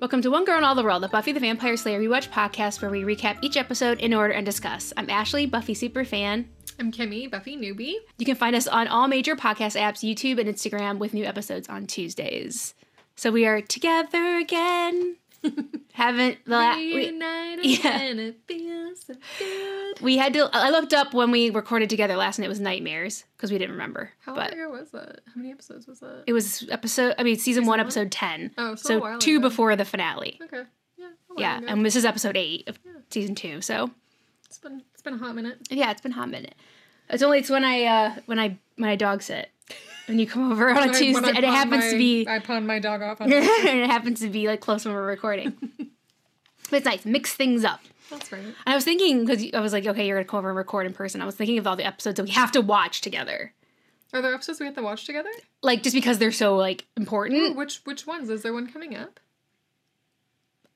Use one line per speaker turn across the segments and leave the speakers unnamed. Welcome to One Girl in All the World, the Buffy the Vampire Slayer rewatch podcast where we recap each episode in order and discuss. I'm Ashley, Buffy superfan.
I'm Kimmy, Buffy newbie.
You can find us on all major podcast apps, YouTube, and Instagram with new episodes on Tuesdays. So we are together again. Haven't the la- we,
Reunited
yeah.
and it feels so good.
we had to? I looked up when we recorded together last, and it was nightmares because we didn't remember.
How long
but
ago was that? How many episodes was that?
it was episode. I mean, season, one,
one?
episode ten.
Oh, so a
so
while
two
ago. Oh,
before the finale.
okay. Yeah. a while
Yeah,
ago.
and this is episode eight of season two. So
it's been it's been a hot minute.
Yeah, it's been a hot minute. It's only it's when I uh when I when I dog sit. When you come over on a
When I-
Tuesday
when I
and it
pawn
happens to
my-
be
I pawned my dog off on
and it happens to be like close when we're recording. but it's nice, mix things up.
That's right.
And I was thinking because I was like, okay, you're gonna come over and record in person. I was thinking of all the episodes that we have to watch together,
Are there episodes we have to watch together?
like just because they're so like important.
Which which ones? Is there one coming up?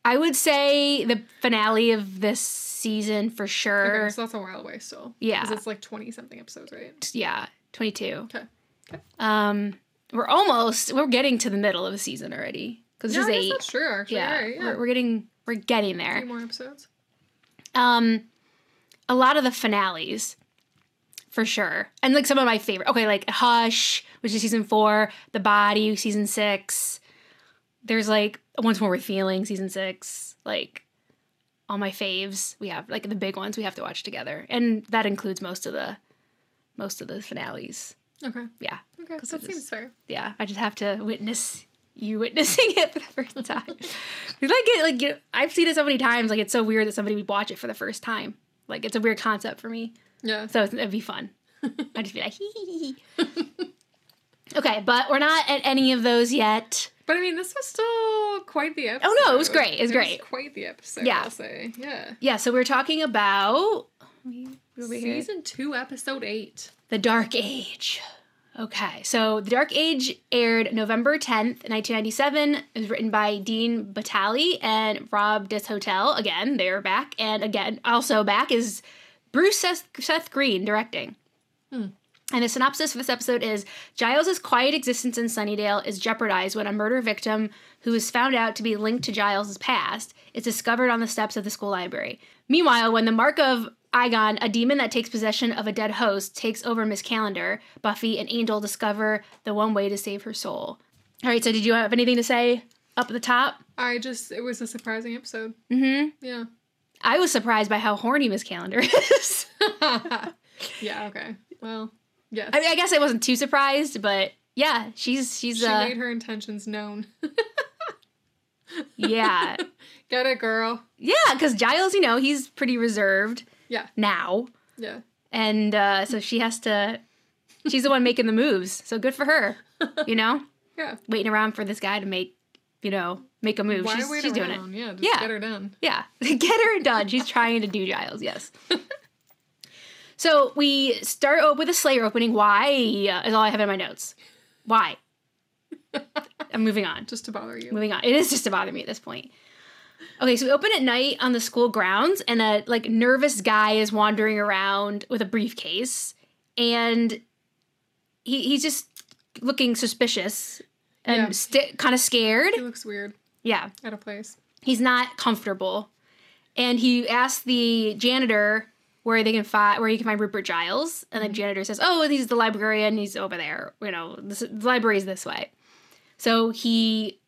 I would say the finale of this season for sure.
Okay, so that's a while away still.
Yeah.
Because it's like twenty something episodes, right?
yeah, twenty two.
Okay. Okay.
Um, we're almost we're getting to the middle of the season already because
Yeah,
this
I guess
is eight.
that's true. Actually,
yeah,
All right, yeah.
We're, we're getting we're getting
Three
there
more episodes.
um a lot of the finales for sure and like some of my favorite okay like hush which is season four the body season six there's like once more with feeling season six like all my faves we have like the big ones we have to watch together and that includes most of the most of the finales
Okay.
yeah
Okay.
Because
That
it is-
seems fair.
yeah, I just have to witness you witnessing it for the first time. We like it, like you- I've seen it so many times. Like it's so weird that somebody would watch it for the first time. Like it's a weird concept for me.
Yeah.
So it's- it'd be fun. I'd just be like, hee hee hee. Okay, but we're not at any of those yet.
But I mean, this was still quite the episode.
Oh, no, it was great, it was great.
quite the episode.
Yeah.
Yeah. I'll say. Yeah.
Yeah, so we're talking about we- over here.
Season two, episode eight.
The Dark Age. Okay, so The Dark Age aired November 10th, 1997. It was written by Dean Batali and Rob Deshotel. Again, they're back. And again, also back is Bruce Seth, Seth Green directing. And the synopsis for this episode is Giles' quiet existence in Sunnydale is jeopardized when a murder victim who is found out to be linked to Giles' past is discovered on the steps of the school library. Meanwhile, when the mark of Igon, a demon that takes possession of a dead host, takes over Miss Calendar, Buffy and Angel discover the one way to save her soul. All right, so did you have anything to say up at the top?
I just, it was a surprising episode.
Mm
Yeah.
hmm. I was surprised by how horny Miss Calendar is.
yeah, okay. Well, yes.
I mean, I guess I wasn't too surprised, but yeah, she's she's
she
uh
made her intentions known.
yeah.
Get it, girl.
Yeah, because Giles, you know, he's pretty reserved
Yeah.
now.
Yeah.
And uh, so she has to, she's the one making the moves. So good for her, you know,
Yeah.
waiting around for this guy to make, you know, make a move.
Why
she's
wait
she's doing
around?
it.
Yeah, just
Yeah.
get her done.
Yeah, get her done. She's trying to do Giles. Yes. so we start o- with a Slayer opening. Why uh, is all I have in my notes. Why? I'm moving on.
Just to bother you.
Moving on. It is just to bother me at this point. Okay, so we open at night on the school grounds, and a like nervous guy is wandering around with a briefcase, and he he's just looking suspicious and
Yeah.
st- kind of scared.
He looks weird.
Yeah,
Out of place.
he's not comfortable, and he asks the janitor where they can find where you can find Rupert Giles, and
Mm-hmm.
the janitor says, "Oh, he's the librarian. He's over there. You know, this, the library is this way." So he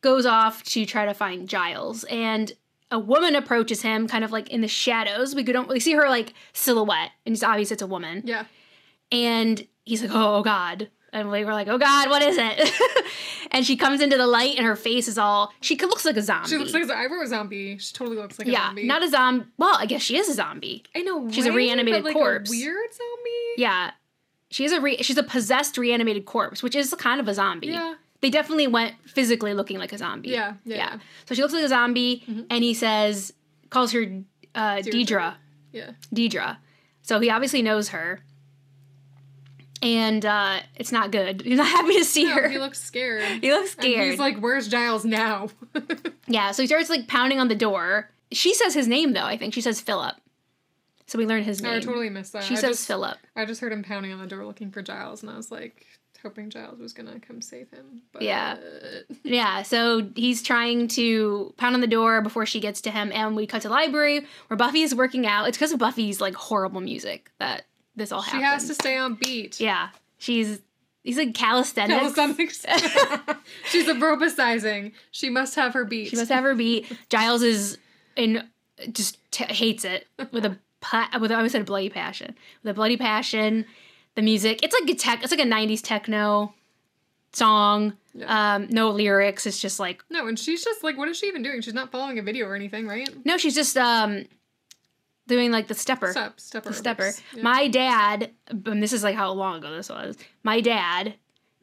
goes off to try to find Giles, and a woman approaches him, kind of like in the shadows. We don't we see her like silhouette, and it's obvious it's a woman
Yeah.
and he's like, "Oh God!" And we were like, "Oh God, what is it?" and she comes into the light, and her face is all she co- looks like a zombie.
She looks like I wrote a zombie. She totally looks like a
yeah,
zombie.
not a zombie. Well, I guess she is a zombie.
I know.
she's a
right?
reanimated
but like
corpse.
A weird zombie.
Yeah, she is a re- she's a possessed reanimated corpse, which is kind of a zombie.
Yeah.
They definitely went physically looking like a zombie.
Yeah. Yeah. Mm-hmm.
yeah. So she looks like a zombie, and he says, calls her uh, Deidre.
Yeah.
Deidre. So he obviously knows her. And uh, it's not good. He's not happy to see
No,
her.
he looks scared.
He looks
And
scared.
he's like, "Where's Giles now?"
yeah, so he starts like pounding on the door. She says his name though, I think. She says Philip. So we learn his name.
Oh, I totally missed that.
She
I
says
just,
Philip.
I just heard him pounding on the door looking for Giles, and I was like, hoping Giles was gonna come save him. But
Yeah. Yeah, so he's trying to pound on the door before she gets to him, and we cut to the library where Buffy is working out. It's because of Buffy's like horrible music that this all
she
happens.
has to stay on beat.
Yeah, she's he's like calisthenics.
Calisthenics. She's aerobicizing. She must have her beat.
She must have her beat. Giles is in just t- hates it with a pa- with I almost said a bloody passion with a bloody passion. The music it's like a tech it's like a '90s techno song.
Yeah.
Um, no lyrics. It's just like
no, and she's just like, what is she even doing? She's not following a video or anything, right?
no, she's just um doing like the stepper.
Step, stepper.
the stepper.
aerobics. Yeah.
My dad, and this is like how long ago this was. My dad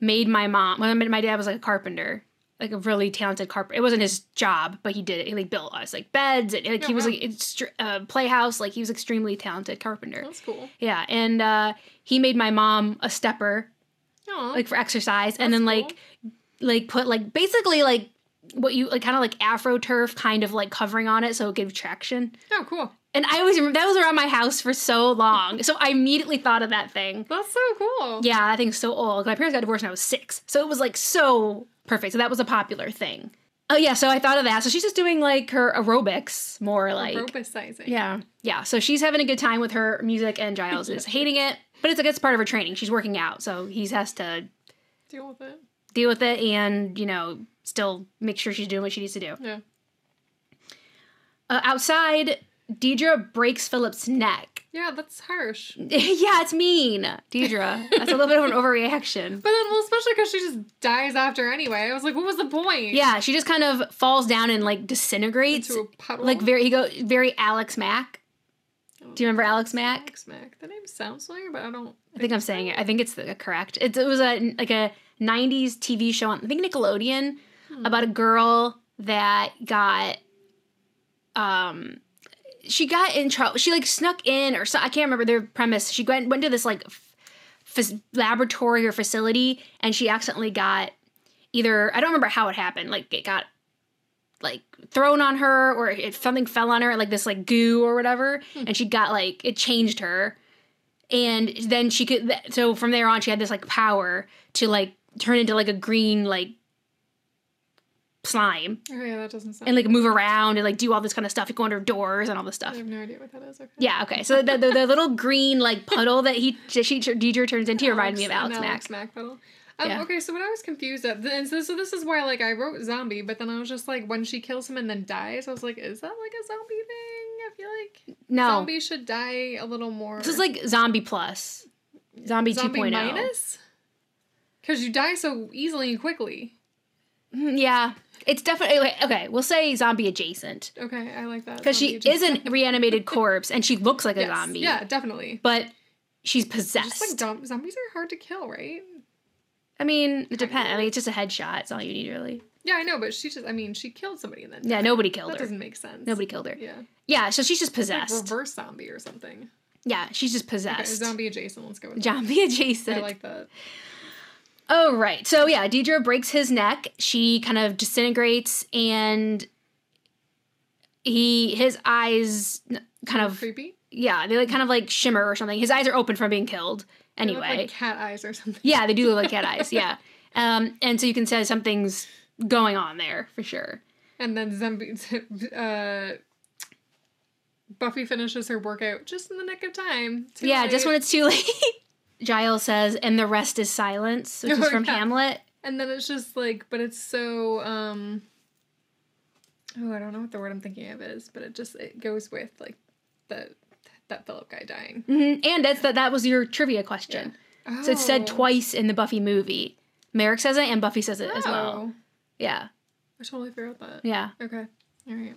made my mom. Well, my dad was like a carpenter, like a really talented carpenter. It wasn't his job, but he did it. He like built us like beds. And, like he
Oh,
was
wow.
like extr uh, playhouse. Like he was extremely talented carpenter.
That's cool.
Yeah, and uh, he made my mom a stepper,
Aw.
like for exercise, and
Oh. That's
then like, like put like basically like what you like kind of like afro turf kind of like covering on it so it gave traction.
oh, cool.
And I always remember that was around my house for so long. So I immediately thought of that thing.
That's so cool.
Yeah, that thing's so old. My parents got divorced when I was six. So it was like so perfect. So that was a popular thing. Oh, yeah. So I thought of that. So she's just doing like her aerobics more like.
aerobicizing.
Yeah. Yeah. So she's having a good time with her music and Giles is hating it. But it's like it's part of her training. She's working out. So he has to
Deal with it.
deal with it and, you know, still make sure she's doing what she needs to do.
Yeah.
Uh, outside, Deidre breaks Philip's neck.
Yeah, that's harsh. But
yeah, it's mean, Deidre. That's a little bit of an overreaction.
then, well, especially because she just dies after anyway. I was like, what was the point?
Yeah, she just kind of falls down and like disintegrates.
Into a puddle.
Like very, he go very Alex Mack. Do you remember Alex Mack?
Max Mac. The name sounds familiar, but I don't.
I think I'm saying it. I think it's the, correct. It, it was a like a '90s TV show on I think Nickelodeon about a girl that got um she got in trouble. She like snuck in or so, I can't remember their premise. She went went to this like f- f- laboratory or facility and she accidentally got either I don't remember how it happened. Like it got like thrown on her or it, something fell on her like this like goo or whatever and she got like it changed her and then she could th- so from there on she had this like power to like turn into like a green like slime
Oh, yeah, that doesn't sound.
and like move around and like do all this kind of stuff, like go under doors and all this
I
stuff.
have no idea what that is. Okay.
Yeah, okay. So the, the, the little green like puddle that he that she Deidre turns into reminded me of
an
Alex Max.
Mack pedal. Um,
Yeah.
Okay, so what I was confused at, and so, so this is why like I wrote zombie, but then I was just like, when she kills him and then dies, I was like, is that like a zombie thing? I feel like
No,
zombie should die a little more.
this is like zombie plus, zombie, oh.
zombie
2.0.
minus, because you die so easily and quickly.
Mm, Yeah, it's definitely okay, okay. We'll say zombie adjacent
Okay, I like that
because she
zombie
is an reanimated corpse and she looks like a
Yes,
zombie,
Yeah, definitely.
but she's
Just
possessed.
like dumb, zombies are hard to kill, right?
I mean, it depends. I mean, it's just a headshot. It's all you need really.
Yeah, I know, but she just—I mean, she killed somebody and then
Yeah, nobody killed
that
her.
doesn't make sense.
Nobody killed her.
Yeah,
Yeah, so she's just
like
possessed.
reverse zombie or something.
yeah, she's just
Okay,
possessed.
zombie adjacent. Let's go with
Zombie
that. I
adjacent.
like that.
oh, right. So, yeah, Deidre breaks his neck. She kind of disintegrates, and he, his eyes n- kind of,
Creepy.
yeah, they like kind of like shimmer or something. His eyes are open from being killed
They look
anyway.
like cat eyes or something.
yeah, they do look like cat eyes. Yeah. Um, and so you can say something's going on there for sure.
And then zombie. Uh, Buffy finishes her workout just in the nick of time. Too
yeah, just
late.
when it's too late. Giles says, and the rest is silence, which is
Oh,
from
yeah.
Hamlet.
And then it's just like, but it's so. um Oh, I don't know what the word I'm thinking of is, but it just it goes with like the that Philip guy dying.
hmm And that's that. That was your trivia question. So it's said
Oh.
twice in the Buffy movie. Merrick says it, and Buffy says it as well.
Oh,
Yeah,
I totally forgot that.
yeah.
Okay. All right.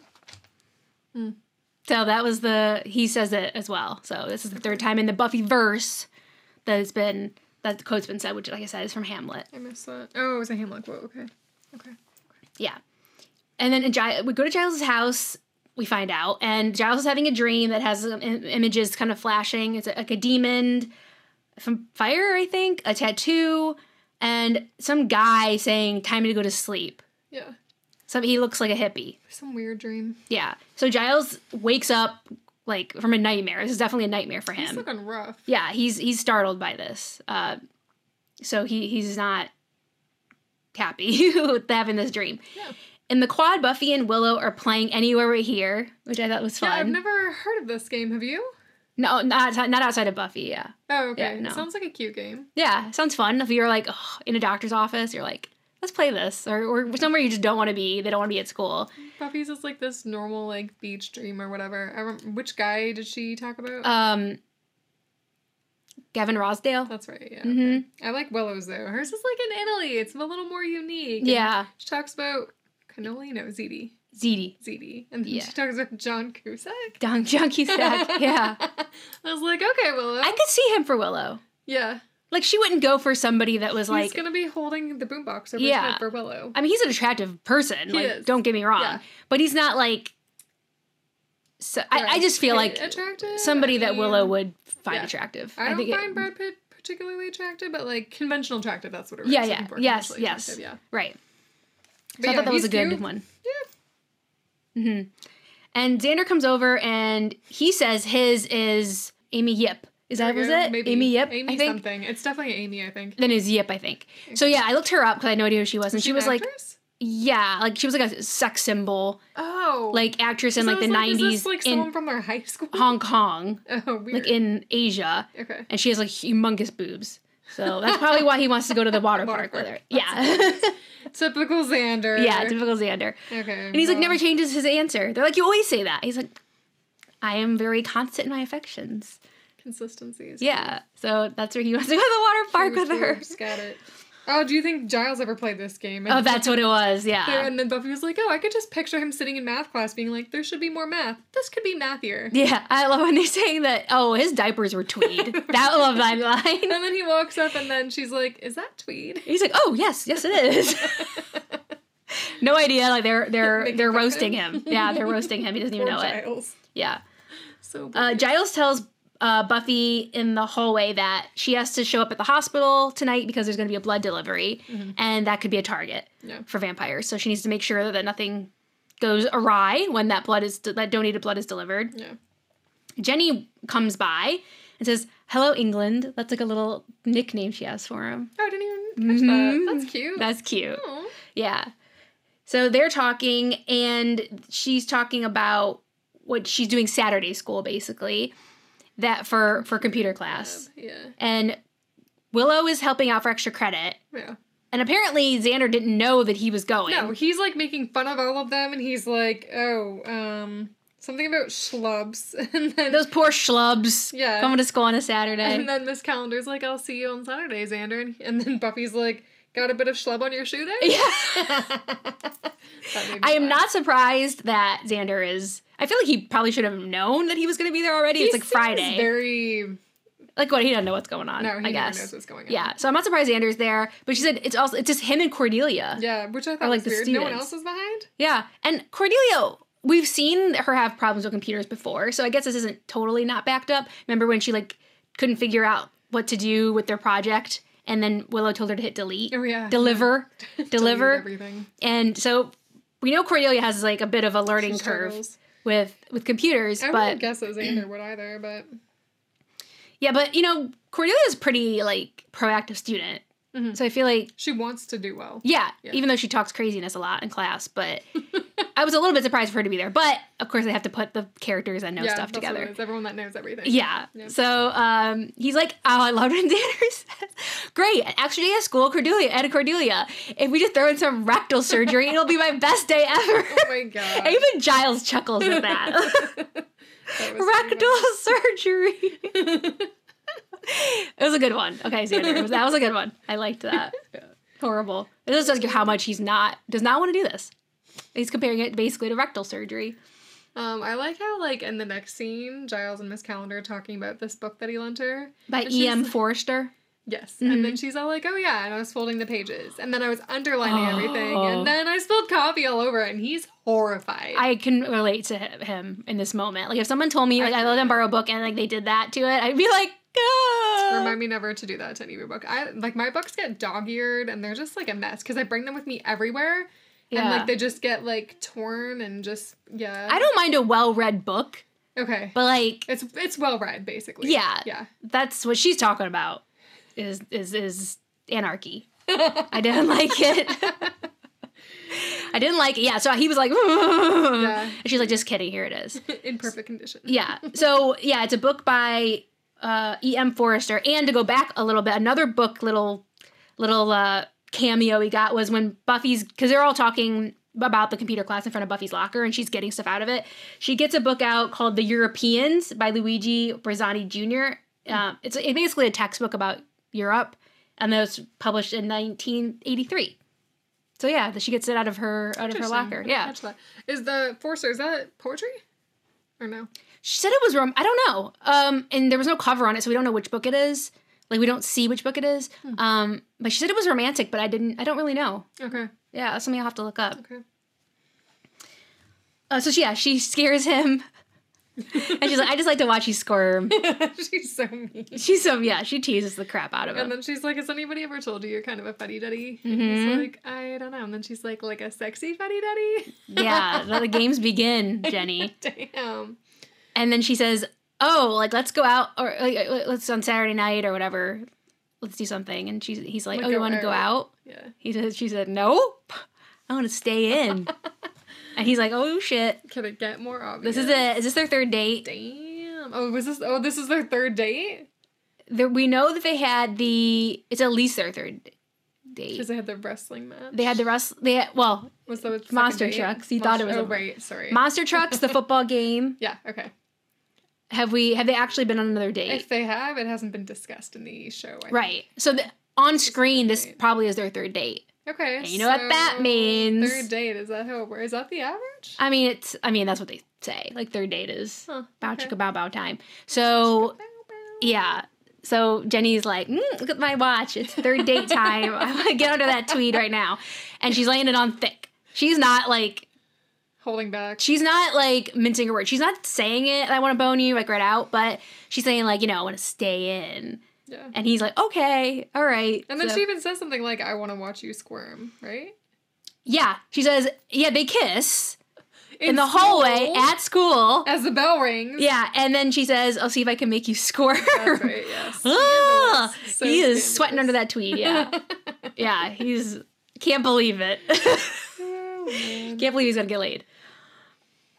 So that was the he says it as well. So this is the third time in the Buffy verse that it's been that the code's been said, which, like I said, is from Hamlet.
I missed that. Oh, it was a Hamlet quote. Okay. Okay.
Yeah. And then in Gi- we go to Giles' house. We find out, and Giles is having a dream that has um, im- images kind of flashing. It's like a demon from fire, I think, a tattoo, and some guy saying, "Time to go to sleep."
Yeah.
So he looks like a hippie.
Some weird dream.
Yeah. So Giles wakes up like from a nightmare. This is definitely a nightmare for
He's
him.
looking rough.
yeah, he's he's startled by this. Uh, So he he's not happy with having this dream.
No.
In the quad, Buffy and Willow are playing anywhere we're here, which I thought was
Yeah, I've
fun.
never heard of this game. Have you?
no, not outside- not outside of Buffy. Yeah,
Oh, okay.
Yeah, no.
Sounds like a cute game.
yeah, sounds fun. If you're like ugh, in a doctor's office, you're like, let's play this, or, or somewhere you just don't want to be. They don't want to be at school.
Buffy's is like this normal like beach dream or whatever. I rem- which guy did she talk about?
Um, Gavin Rosdale.
That's right. Yeah.
hmm
I like Willow's though. Hers is like in Italy. It's a little more unique. and
Yeah,
She talks about cannoli. No, ziti.
Ziti.
Ziti. And then
Yeah.
she talks about John Cusack.
Don Junkie Sack. yeah,
I was like, okay, Willow.
I could see him for Willow.
yeah.
Like she wouldn't go for somebody that was
He's
like.
gonna be holding the boombox over his
Yeah.
head for Willow.
I mean, he's an attractive person.
He
like,
is.
don't get me wrong,
Yeah.
but he's not like. So I, I
Right.
just feel
Is
like
it attractive.
somebody
I
that Willow
mean,
would find
yeah.
attractive.
I don't
think it-
find Brad Pitt particularly attractive, but like conventional attractive. That's what it
Yeah,
was
yeah.
looking for,
Yes,
conventionally
yes.
attractive, Yeah.
right.
But
So I
yeah,
thought that was a
he's
good
cute.
one.
Yeah.
hmm And Xander comes over and he says his is Amy Yip. Is that
There
was
you go,
it?
Maybe.
Amy Yip.
Amy
I think.
something. It's definitely Amy. I think.
Then is Yip, I think. So yeah, I looked her up because I had no idea who she was, and
Is
she
an
was like,
actress?
yeah, like she was like a sex symbol,
oh,
like actress in
So I
like the
was is this,
'90s
like someone
in
from our high school.
Hong Kong,
Oh, weird.
like in Asia.
okay.
and she has like humongous boobs. So that's probably why he wants to go to the water,
Water
park, with her.
park.
Yeah.
Typical Xander.
yeah, typical Xander.
okay.
And he's like
well,
never changes his answer. They're like, you always say that. He's like, I am very constant in my affections.
consistency. is
Yeah. So that's where he wants to go to the water
key.
park with
Sure,
her.
just Got it. Oh, do you think Giles ever played this game?
Oh, that's what it was.
There,
Yeah.
and then Buffy was like, "Oh, I could just picture him sitting in math class, being like, there should be more math. This could be mathier.'"
Yeah. I love when they're saying that, oh, his diapers were tweed. that I love that line.
And then he walks up, and then she's like, "Is that tweed?"
He's like, oh, yes, yes, it is. no idea. Like they're they're
Making
they're
fun of
roasting
him.
him. Yeah, they're roasting him. He doesn't even
Poor
know it.
Giles.
Yeah.
So
Uh, Giles tells uh, Buffy in the hallway that she has to show up at the hospital tonight because there's going to be a blood delivery, and that could be a target
Yeah.
for vampires. So she needs to make sure that nothing goes awry when that blood is that donated blood is delivered.
yeah.
Jenny comes by and says, "Hello, England." That's like a little nickname she has for him.
Oh, I didn't even catch
Mhm.
that. That's cute. Oh.
That's cute.
Aw.
Yeah. So they're talking, and she's talking about what she's doing Saturday school, basically, that for for computer class.
Um, Yeah.
And Willow is helping out for extra credit,
Yeah.
and apparently Xander didn't know that he was going.
No, he's like making fun of all of them, and he's like, "Oh, um, something about schlubs," and then
Those poor schlubs
Yeah.
coming to school on a Saturday.
and then this calendar's like, "I'll see you on Saturday, Xander," and, and then Buffy's like, "Got a bit of schlub on your shoe there?" That made me
I am
laugh.
not surprised that Xander is. I feel like he probably should have known that he was going to be there already.
He
it's like
seems
Friday.
Very.
like what he doesn't know what's going on.
No, he
I
never
guess.
knows what's going on.
Yeah, so I'm not surprised Xander's there, but she said it's also it's just him and Cordelia. Yeah,
Yeah, which I thought
like
was
the
weird. No one
students.
else is behind.
and Cordelia, we've seen her have problems with computers before, so I guess this isn't totally not backed up. Remember when she like couldn't figure out what to do with their project, and then Willow told her to hit delete,
Oh yeah.
deliver,
Deleted
deliver,
everything.
and so we know Cordelia has like a bit of a learning curve
Struggles. Oh
with with computers,
I
but
wouldn't guess that Xander would either, but
yeah, but you know Cordelia's pretty like proactive student,
Mhm.
so I feel like
she wants to do well.
Yeah,
Yeah.
even though she talks craziness a lot in class, but I was a little bit surprised for her to be there. But of course, they have to put the characters that know
yeah,
stuff
that's what it
together.
is, Everyone that knows everything.
Yeah.
Yeah.
So um, he's like, "Oh, I loved when Xander says, great, an extra day at school, Cordelia, at Cordelia. If we just throw in some rectal surgery, it'll be my best day ever."
Oh my god.
And even Giles chuckles at that.
That was
rectal surgery. it was a good one. Okay, Xander, it was- that was a good one. I liked that. Horrible. It just tells you how much he's not does not want to do this. He's comparing it basically to rectal surgery.
Um, I like how like in the next scene, Giles and Miss Calendar are talking about this book that he lent her.
By
And she's-
E.M. Forrester.
Yes, and
Mm-hmm.
then she's all like, "Oh yeah," and I was folding the pages, and then I was underlining everything,
Oh.
and then I spilled coffee all over it, and he's horrified.
I can relate to hi- him in this moment. Like if someone told me like I let them borrow a book and like they did that to it, I'd be like, "Ah."
Remind me never to do that to any of your book. I like my books get dog-eared and they're just like a mess because I bring them with me everywhere, and
Yeah.
like they just get like torn and just yeah.
I don't mind a well-read book,
okay.
but like
It's it's well read basically.
Yeah.
Yeah.
that's what she's talking about. Is is is anarchy. I didn't like it. I didn't like it. Yeah, so he was like, and she's like, just kidding. Here it is.
in perfect condition.
Yeah. So yeah, it's a book by uh, E. M. Forrester. And to go back a little bit, another book little little uh, cameo he got was when Buffy's because they're all talking about the computer class in front of Buffy's locker and she's getting stuff out of it. She gets a book out called The Europeans by Luigi Brizzani Jr. Uh, it's, it's basically a textbook about Europe, and that was published in 1983. So yeah, that she gets it out of her out of her
Interesting. I
locker.
didn't
Yeah,
catch that. Is the Forster, is that poetry? Or no?
She said it was rom. I don't know. Um, and there was no cover on it, so we don't know which book it is. Like we don't see which book it is.
Hmm.
Um, but she said it was romantic, but I didn't. I don't really know.
Okay.
Yeah, that's something I'll have to look up.
Okay.
Uh, so she, yeah, she scares him, and she's like, "I just like to watch you squirm."
she's so mean.
She's so yeah, she teases the crap out of
And
him.
then she's like, Has anybody ever told you you're kind of a fuddy duddy? And
Mhm.
He's like, I don't know. And then she's like, Like a sexy fuddy duddy?
yeah, let the games begin, Jenny.
Damn.
And then she says, "Oh, like let's go out or like, uh, let's on Saturday night or whatever. Let's do something." And she's he's like,
Like
"Oh, you
go
want to go
out."
out?"
Yeah.
He says, she said, nope, I want to stay in. and he's like, oh shit,
Can it get more obvious?
this is it. Is this their third date?
Damn. Oh, was this? Oh, this is their third date?
There, we know that they had the, it's at least their third
Because
date.
they had the wrestling match.
They had the rest, they had, well,
Was that the second
monster
date?
trucks. You thought it was
Oh,
a-
right. Sorry.
monster trucks, the football game.
yeah. Okay.
Have we, have they actually been on another date?
If they have, it hasn't been discussed in the show. I
Right. So the, on screen, this probably is their third date.
Think. Okay.
And you know what that
so
means.
Third date. Is that how it works? Is that the average?
I mean, it's, I mean, that's what they say. Like third date is
Huh,
bow
okay.
chicka bow bow time. So
Bow, bow.
Yeah. So Jenny's like, mm, look at my watch. It's third date time. I want to get under that tweed right now. And she's laying it on thick. She's not like,
Holding back.
she's not like mincing her word. She's not saying it. I want to bone you like right out. But she's saying like, you know, I want to stay in.
Yeah.
And he's like, okay, all right.
And then
So-
she even says something like, I want to watch you squirm, right?
yeah, she says, yeah, they kiss in, the
school,
hallway at school.
As the bell rings.
yeah, and then she says, I'll see if I can make you squirm.
That's right, yes.
Ah,
Scandalous. So
he is sweating under
scandalous.
that tweed. Yeah. Yeah, he's can't believe it.
Oh, man.
can't believe he's gonna get laid.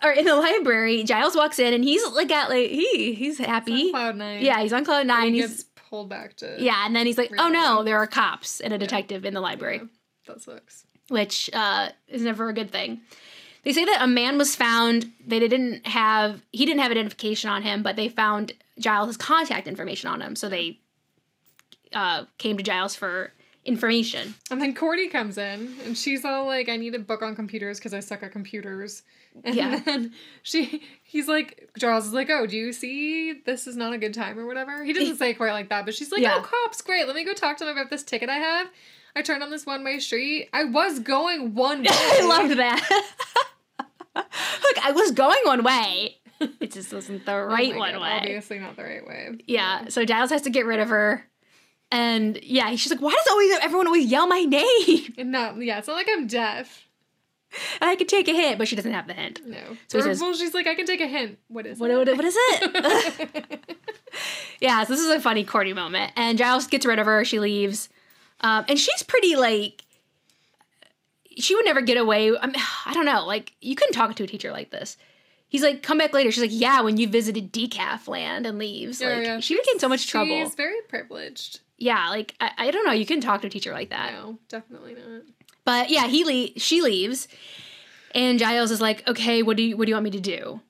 Or in the library, Giles walks in and he's like at like he he's happy.
Cloud nine.
Yeah, he's on cloud nine.
He
He's
gets pulled back to.
yeah, and then he's like, oh no, there are cops and a detective in the library,
That sucks.
which uh, is never a good thing. They say that a man was found. They didn't have he didn't have identification on him, but they found Giles' contact information on him, so they uh, came to Giles for information.
And then Cordy comes in and she's all like, I need a book on computers because I suck at computers. And
Yeah.
then she he's like Giles is like, Oh, do you see this is not a good time or whatever? He doesn't say it quite like that, but she's like,
Yeah.
Oh cops, great, let me go talk to them about this ticket I have. I turned on this one way street. I was going one way.
I loved that. Look, I was going one way. It just wasn't the
Oh my
right one
God,
way.
Obviously not the right way.
Yeah. So Giles has to get rid of her. And yeah, she's like, why does always everyone always yell my name?
And not yeah, it's not like I'm deaf.
And I could take a hint, but she doesn't have the hint.
No.
So he
Or-
says-
well, she's like, I can take a hint. What is
What,
it?
what, what is it? yeah, so this is a funny Cordy moment. And Giles gets rid of her. She leaves. Um, and she's pretty like, she would never get away. I, mean, I don't know. Like, you couldn't talk to a teacher like this. He's like, come back later. She's like, yeah, when you visited decaf land and leaves.
Yeah,
Like,
yeah.
she would get in so much trouble.
She's very privileged.
Yeah, like, I, I don't know. You couldn't talk to a teacher like that.
No, definitely not.
But yeah, he le- she leaves, and Giles is like, "Okay, what do you what do you want me to do?"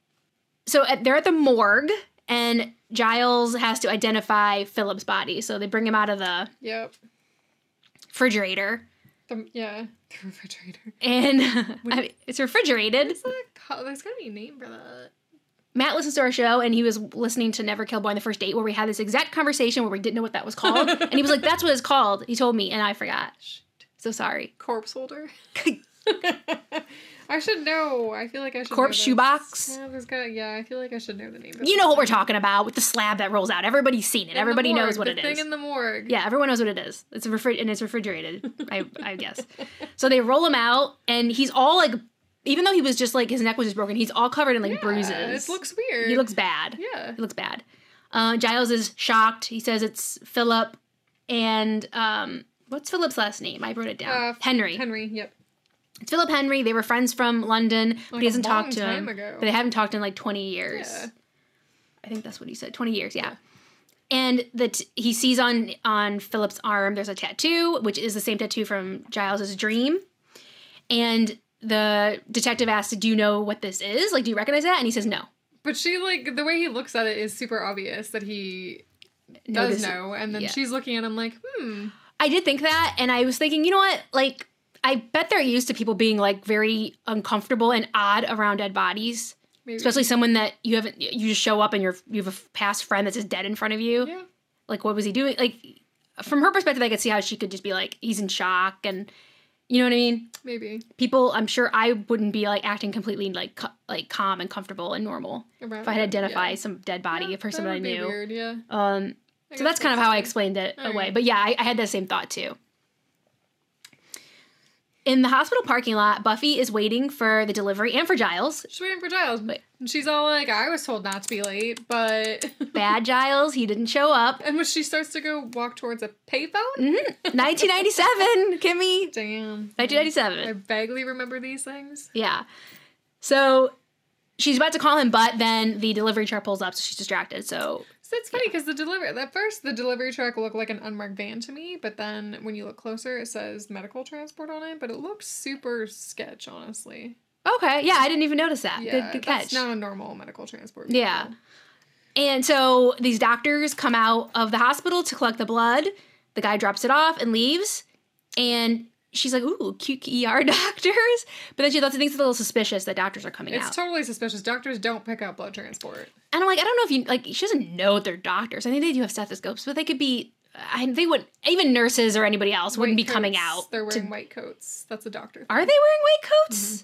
So at, they're at the morgue, and Giles has to identify Philip's body. So they bring him out of the
Yep.
refrigerator,
The, yeah, the refrigerator.
and I mean, it's refrigerated.
Is that a co- There's gotta be a name for that.
Matt listens to our show, and he was listening to Never Kill a Boy on the First Date, where we had this exact conversation where we didn't know what that was called, and he was like, "That's what it's called." He told me, and I forgot.
Shoot.
So sorry.
Corpse holder. I should know. I feel like I should. know
Corpse
this.
shoebox?
Yeah, there's got. Yeah, I feel like I should know the name. Of
You know what we're talking about with the slab that rolls out. Everybody's seen it.
In the
Everybody knows
morgue,
what
the
it is.
thing in the morgue.
Yeah, everyone knows what it is. It's a refri- and it's refrigerated, I, I guess. So they roll him out, and he's all like, even though he was just like his neck was just broken, he's all covered in like
Yeah,
bruises.
It looks weird.
he looks bad.
Yeah.
He looks bad. Uh, Giles is shocked. He says it's Philip, and um, What's Philip's last name? I wrote it down.
Uh,
Henry.
Henry, yep.
It's Philip Henry. They were friends from London, but
Like
he
a
hasn't talked
long
to
time
him.
ago.
But they haven't talked in like 20 years.
Yeah.
I think that's what he said. 20 years, yeah. And that he sees on on Philip's arm there's a tattoo, which is the same tattoo from Giles's dream. And the detective asks, "Do you know what this is? Like, do you recognize that?" And he says, "No."
But she like the way he looks at it is super obvious that he
No,
does
this-
know, and then
yeah.
she's looking at him like, hmm.
I did think that, and I was thinking, you know what? Like, I bet they're used to people being like very uncomfortable and odd around dead bodies,
Maybe.
especially someone that you haven't. You just show up and you're you have a past friend that's just dead in front of you.
yeah.
like what was he doing like from her perspective i could see how she could just be like he's in shock and you know what i mean
Maybe
people i'm sure i wouldn't be like acting completely like co- like calm and comfortable and normal
Around
if i had
it,
identified
yeah.
some dead body
Yeah,
a person
that
that, i
would be
knew
Weird, yeah.
um
I
so
guess
that's kind of how i
fair.
explained it
All
away
right.
but yeah I, I had that same thought too in the hospital parking lot buffy is waiting for the delivery and for giles
She's waiting for Giles.
Wait.
And she's all like, I was told not to be late, but.
bad giles he didn't show up
and when she starts to go walk towards a payphone?
hmm 1997 kimmy
Damn.
1997
I vaguely remember these things.
Yeah. So she's about to call him, but then the delivery truck pulls up, so she's distracted. So
So it's funny because the delivery, at first, the delivery truck looked like an unmarked van to me, but then when you look closer, it says medical transport on it, but it looks super sketch, honestly.
okay, yeah, I didn't even notice that. good, good Uh, catch.
That's not a normal medical transport.
Yeah.
vehicle.
and so these doctors come out of the hospital to collect the blood. The guy drops it off and leaves, and she's like, "Ooh, cute ER doctors," but then she also thinks it's a little suspicious that doctors are coming
It's
out.
totally suspicious. Doctors don't pick up blood transport.
and I'm like, I don't know if you like. She doesn't know they're doctors. I think they do have stethoscopes, but they could be. I, they would even nurses or anybody else wouldn't
White
be coming
coats.
out.
They're
to-
wearing white Mm-hmm. coats. That's a doctor.
are they wearing white coats?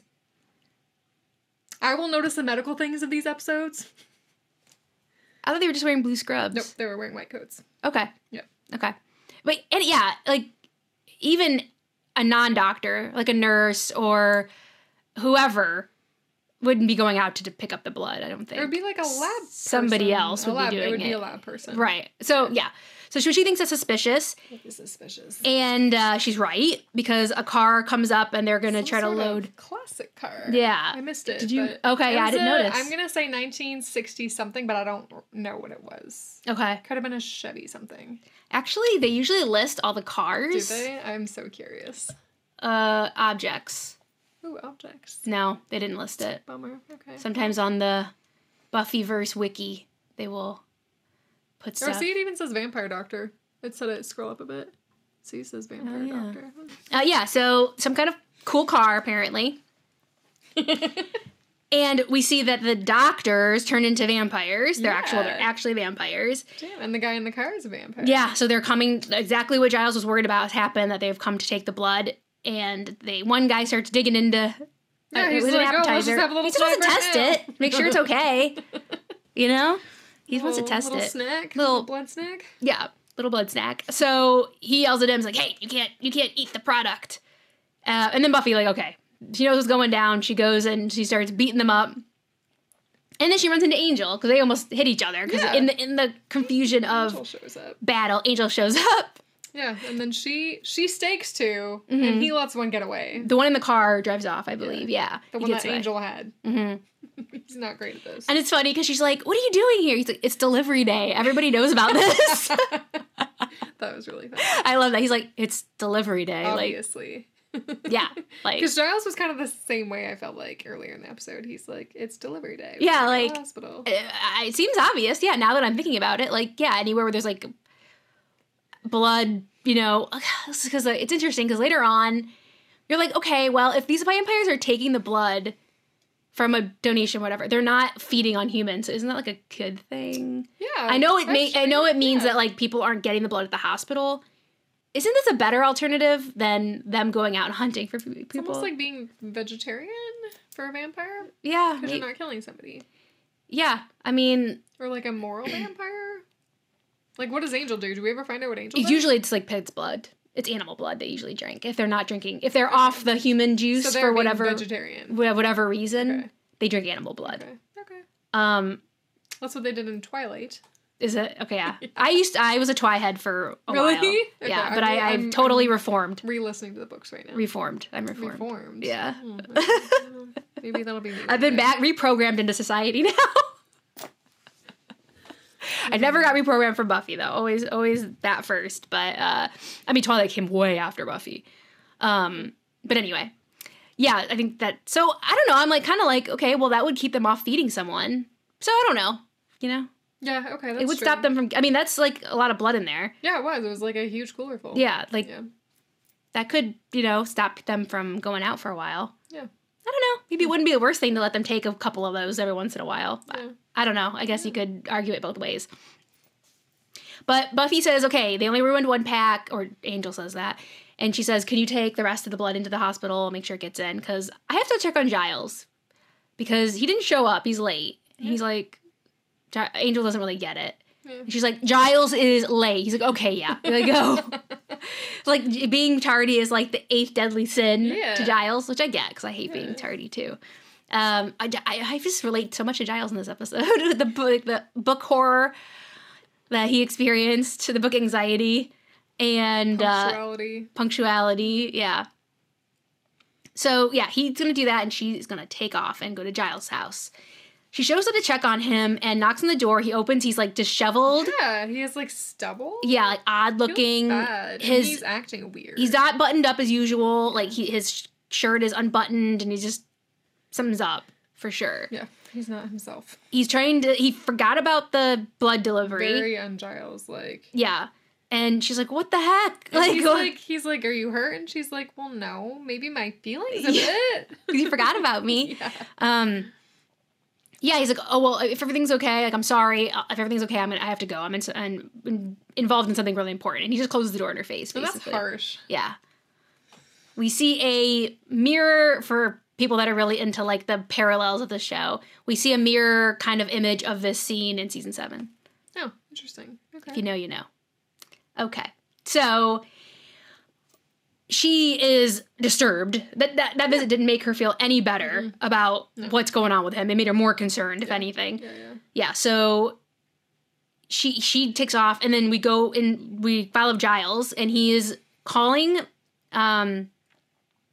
I will notice the medical things of these episodes.
I thought they were just wearing blue scrubs.
Nope, they were wearing white coats.
Okay.
Yep.
Okay. But and yeah, like even a non-doctor, like a nurse or whoever, wouldn't be going out to, to pick up the blood. I don't
It would
think.
be like a lab.
Somebody
person.
else would
A
be
lab-
doing
It would be
it.
a lab person.
Right. So yeah. So she, she thinks it's suspicious,
It's suspicious.
and uh, she's right because a car comes up and they're gonna
Some
try to
sort of
load.
classic car.
Yeah.
I missed it.
Did you-
but
okay,
it
yeah, I
was
didn't
a-
notice.
I'm gonna say 1960 something, but I don't know what it was.
Okay.
Could have been a Chevy something.
Actually, they usually list all the
Do
cars,
they? I'm so curious.
uh, objects.
Ooh, objects.
No, they didn't list it.
Bummer. Okay.
Sometimes on the Buffyverse wiki, they will put
Or
stuff.
see, it even says vampire doctor. It said it. Scroll up a bit. See, it says vampire
yeah.
doctor.
Uh, yeah, so some kind of cool car, apparently. And we see that the doctors turn into vampires. They're actual, they're
Yeah.
actually vampires.
Damn, and the guy in the car is a vampire.
Yeah, so they're coming. Exactly what Giles was worried about has happened. That they've come to take the blood, and they one guy starts digging into.
Yeah, he's
with
like, "Oh, let's just have a little
he just wants to
snack
test
right now."
it, make sure it's okay. you know, he just wants to
Little-
test
little
it.
Snack,
Little-
little blood snack.
Yeah, little blood snack. So he yells at him, he's like, "Hey, you can't, you can't eat the product." Uh, and then Buffy, like, okay, she knows what's going down. She goes and she starts beating them up, and then she runs into Angel because they almost hit each other. Because
Yeah.
in the in the confusion
Angel
of
shows up.
battle, Angel shows up.
Yeah, and then she she stakes 2
Mm-hmm.
and he lets one get away.
The one in the car drives off, I believe. Yeah,
The
he
one
gets
that
away.
Angel had.
Mhm.
He's not great at this.
And it's funny because she's like, "What are you doing here?" He's like, "It's delivery day. Everybody knows about this."
that was really fun.
I love that. He's like, "It's delivery day."
Obviously.
Like, yeah, like
Because Giles was kind of the same way I felt like earlier in the episode. He's like, it's delivery day.
Yeah,
We're at the
like-
hospital.
Uh, I- it seems obvious. Yeah, now that I'm thinking about it, like yeah, anywhere where there's like blood, you know, because it's interesting because later on, you're like, okay, well, if these vampires are taking the blood from a donation, whatever, they're not feeding on humans. So isn't that like a kid thing?
Yeah,
I know it. May, I
actually,
know it means
Oh, yeah.
that like people aren't getting the blood at the hospital. Isn't this a better alternative than them going out and hunting for people?
It's almost like being vegetarian for a vampire
yeah,
because
may-
you're not killing somebody,
yeah. I mean,
or like a moral vampire. Like, what does Angel do? Do we ever find out what Angel? does?
Usually it's like pig's blood. It's animal blood they usually drink if they're not drinking. If they're off the human juice
so they're
for
being
whatever
vegetarian.
wha- whatever reason,
Okay.
they drink animal blood.
Okay. okay,
Um
that's what they did in Twilight.
Is it okay? Yeah, I used I was a twihead for a
Really?
while.
Okay,
yeah,
I'm
but I,
re-
I've
I'm-
totally reformed.
Re-listening to the books right now.
Reformed. I'm reformed.
Reformed.
Yeah.
Oh my God. Maybe that'll be me.
I've been
one day.
back reprogrammed into society now. I never got reprogrammed from Buffy though. Always, always that first. But uh, I mean, Twilight came way after Buffy. Um, but anyway, yeah, I think that. So I don't know. I'm like kind of like okay, well that would keep them off feeding someone. So I don't know. You know,
Yeah. Okay. That's
it would
true.
stop them from. I mean, that's like a lot of blood in there.
Yeah, it was. It was like a huge cooler full.
Yeah, like
Yeah.
that could you know stop them from going out for a while.
Yeah.
I don't know. Maybe it wouldn't be the worst thing to let them take a couple of those every once in a while.
Yeah.
I don't know. I guess you could argue it both ways. But Buffy says, okay, they only ruined one pack, or Angel says that. And she says, can you take the rest of the blood into the hospital and make sure it gets in? Because I have to check on Giles because he didn't show up. He's late. And he's like, Gi- Angel doesn't really get it.
Yeah.
And she's like, Giles is late. He's like, okay, yeah. Like, go. like j- being tardy is like the eighth deadly sin
Yeah.
to Giles, which I get because I hate being
Yeah.
tardy too. Um, I, I, I just relate so much to Giles in this episode. the book, the book horror that he experienced, the book anxiety, and uh,
Punctuality.
punctuality. Yeah. So yeah, he's gonna do that, and she's gonna take off and go to Giles' house. She shows up to check on him and knocks on the door. He opens. He's like disheveled.
yeah, he has like stubble.
Yeah, like odd
Feels
looking.
bad. And
his-
he's acting weird.
He's not buttoned up as usual. Like he, his sh- shirt is unbuttoned, and he's just something's up for sure.
Yeah, he's not himself.
He's trying to. He forgot about the blood delivery.
Very un Giles like.
yeah, and she's like, "What the heck?"
And
Like,
he's
what-
like he's like, Are you hurt? And she's like, Well no, maybe my feelings a
Yeah.
bit.
you forgot about me.
yeah.
Um, yeah, he's like, "Oh well, if everything's okay, like I'm sorry. Uh, If everything's okay, I'm gonna. I have to go. I'm in, I'm in- involved in something really important." And he just closes the door in her face.
So that's
basically.
harsh.
Yeah. We see a mirror for people that are really into like the parallels of the show. We see a mirror kind of image of this scene in season seven.
Oh, interesting. Okay.
If you know, you know. Okay. So she is disturbed. That that, that visit didn't make her feel any better about
Mm-hmm. No.
what's going on with him. It made her more concerned, if anything
yeah, yeah.
yeah so she she takes off and then we go and we follow giles and he is calling um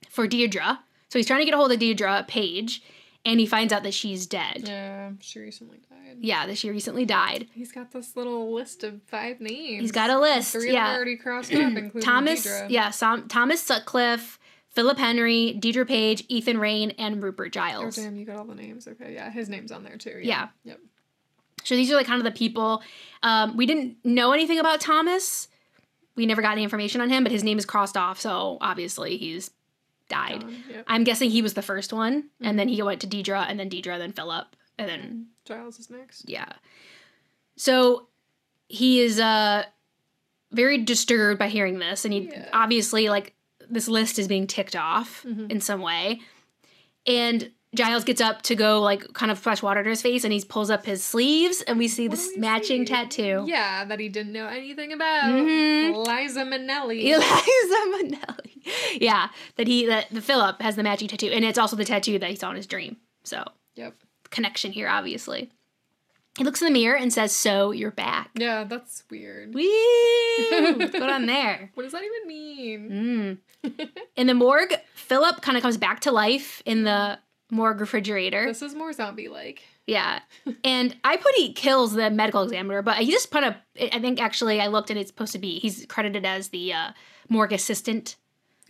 for deirdre so he's trying to get a hold of deirdre page and he finds out that she's dead yeah,
Yeah, she recently died.
that she recently died
He's got this little list of five names.
he's got a list
three of them
yeah
already crossed up, including
thomas
Deidre.
yeah Som- thomas sutcliffe philip henry deirdre page ethan rain and rupert
Oh
giles
damn, you got all the names. Okay, yeah, his name's on there too. Yep.
So these are like kind of the people. Um, we didn't know anything about Thomas. We never got any information on him, but his name is crossed off, so obviously he's died.
John, yep.
I'm guessing he was the first one, and then he went to Deidre, and then Deidre, then Philip, and then
Giles is next.
yeah. So he is uh very disturbed by hearing this, and he
Yeah.
obviously like this list is being ticked off
Mhm.
in some way. And Giles gets up to go like kind of splash water to his face, and he pulls up his sleeves, and we see
What do
this
we
matching
see?
tattoo.
Yeah, that he didn't know anything about.
Mhm.
Liza Minnelli.
Eliza Minnelli. Yeah, that he that the Philip has the matching tattoo, and it's also the tattoo that he saw in his dream. So
Yep.
connection here, obviously. He looks in the mirror and says, "So you're back."
Yeah, that's weird.
Woo! What's going on there?
What does that even mean?
Mm. In the morgue, Philip kind of comes back to life in the morgue refrigerator.
This is more zombie like.
Yeah. And I put he kills the medical examiner, but he just put a. I think actually I looked and it's supposed to be. He's credited as the uh, morgue assistant.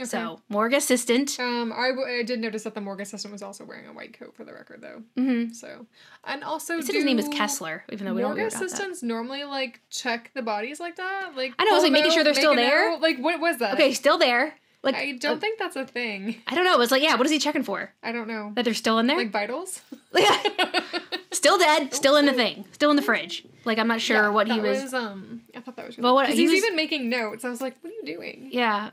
So, morgue assistant.
Um, I, w- I did notice that the morgue assistant was also wearing a white coat for the record, though.
hmm
So, and also,
I said his name is
do
Kessler, even though we don't
Morgue
know about that.
assistants normally like check the bodies like that. Like
I know, I was, like,
pull
making
them
sure
out,
they're
make
still
a
there.
note. Like what was that?
Okay, still there. Like uh,
I don't think that's a thing.
I don't know. It's like yeah, what is he checking for?
I don't know.
That they're still in there?
Like vitals.
still dead. Still in the thing. Still in the fridge. Like I'm not sure
Yeah,
what he
that
was.
Um, I thought that was. Really
Well, what-
'cause
he
he's
was-
even making notes. I was like, "What are you doing?"
Yeah,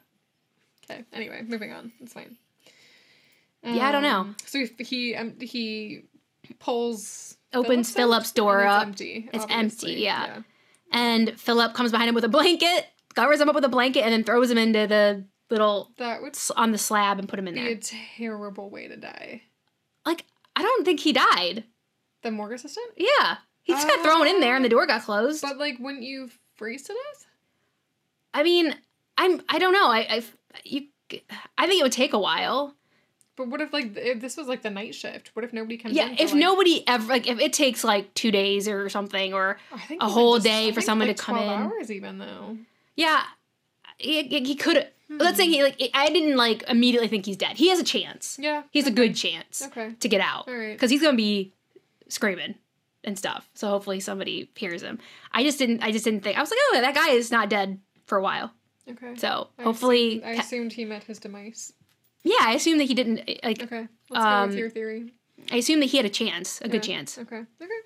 Okay. Anyway, moving on. It's fine.
Yeah, I don't know.
Um, So if he um, he pulls
Opens
out,
Philip's door
and
up.
It's empty.
It's empty,
obviously.
yeah. and Philip comes behind him with a blanket, covers him up with a blanket, and then throws him into the little
That would
s- on the slab and put him in
be a
there.
terrible way to die.
Like I don't think he died.
The morgue assistant.
Yeah, He just got thrown in there and the door got closed.
But like, wouldn't you freeze to death?
I mean, I'm I don't know. I I you I think it would take a while.
But what if like th- if this was like the night shift? What if nobody comes?
Yeah,
in for,
if
like-
nobody ever like if it takes like 2 days or something or
I think
a
it was, like,
whole
just-
day
I
for
think,
someone
like,
to come
12
in.
Hours even though.
yeah, he, he- he could
Hmm.
let's say he like I didn't like immediately think he's dead. He has a chance.
Yeah.
He's a good chance
Okay.
to get out
All right.
cuz he's going to be screaming and stuff. So hopefully somebody hears him. I just didn't I just didn't think. I was like, "Oh, that guy is not dead for a while."
Okay.
So,
I
hopefully
assumed- I assumed he met his demise.
yeah, I assume that he didn't eh, like
Okay. Let's go
Um,
with your theory.
I assume that he had a chance, a good chance.
Okay. Okay.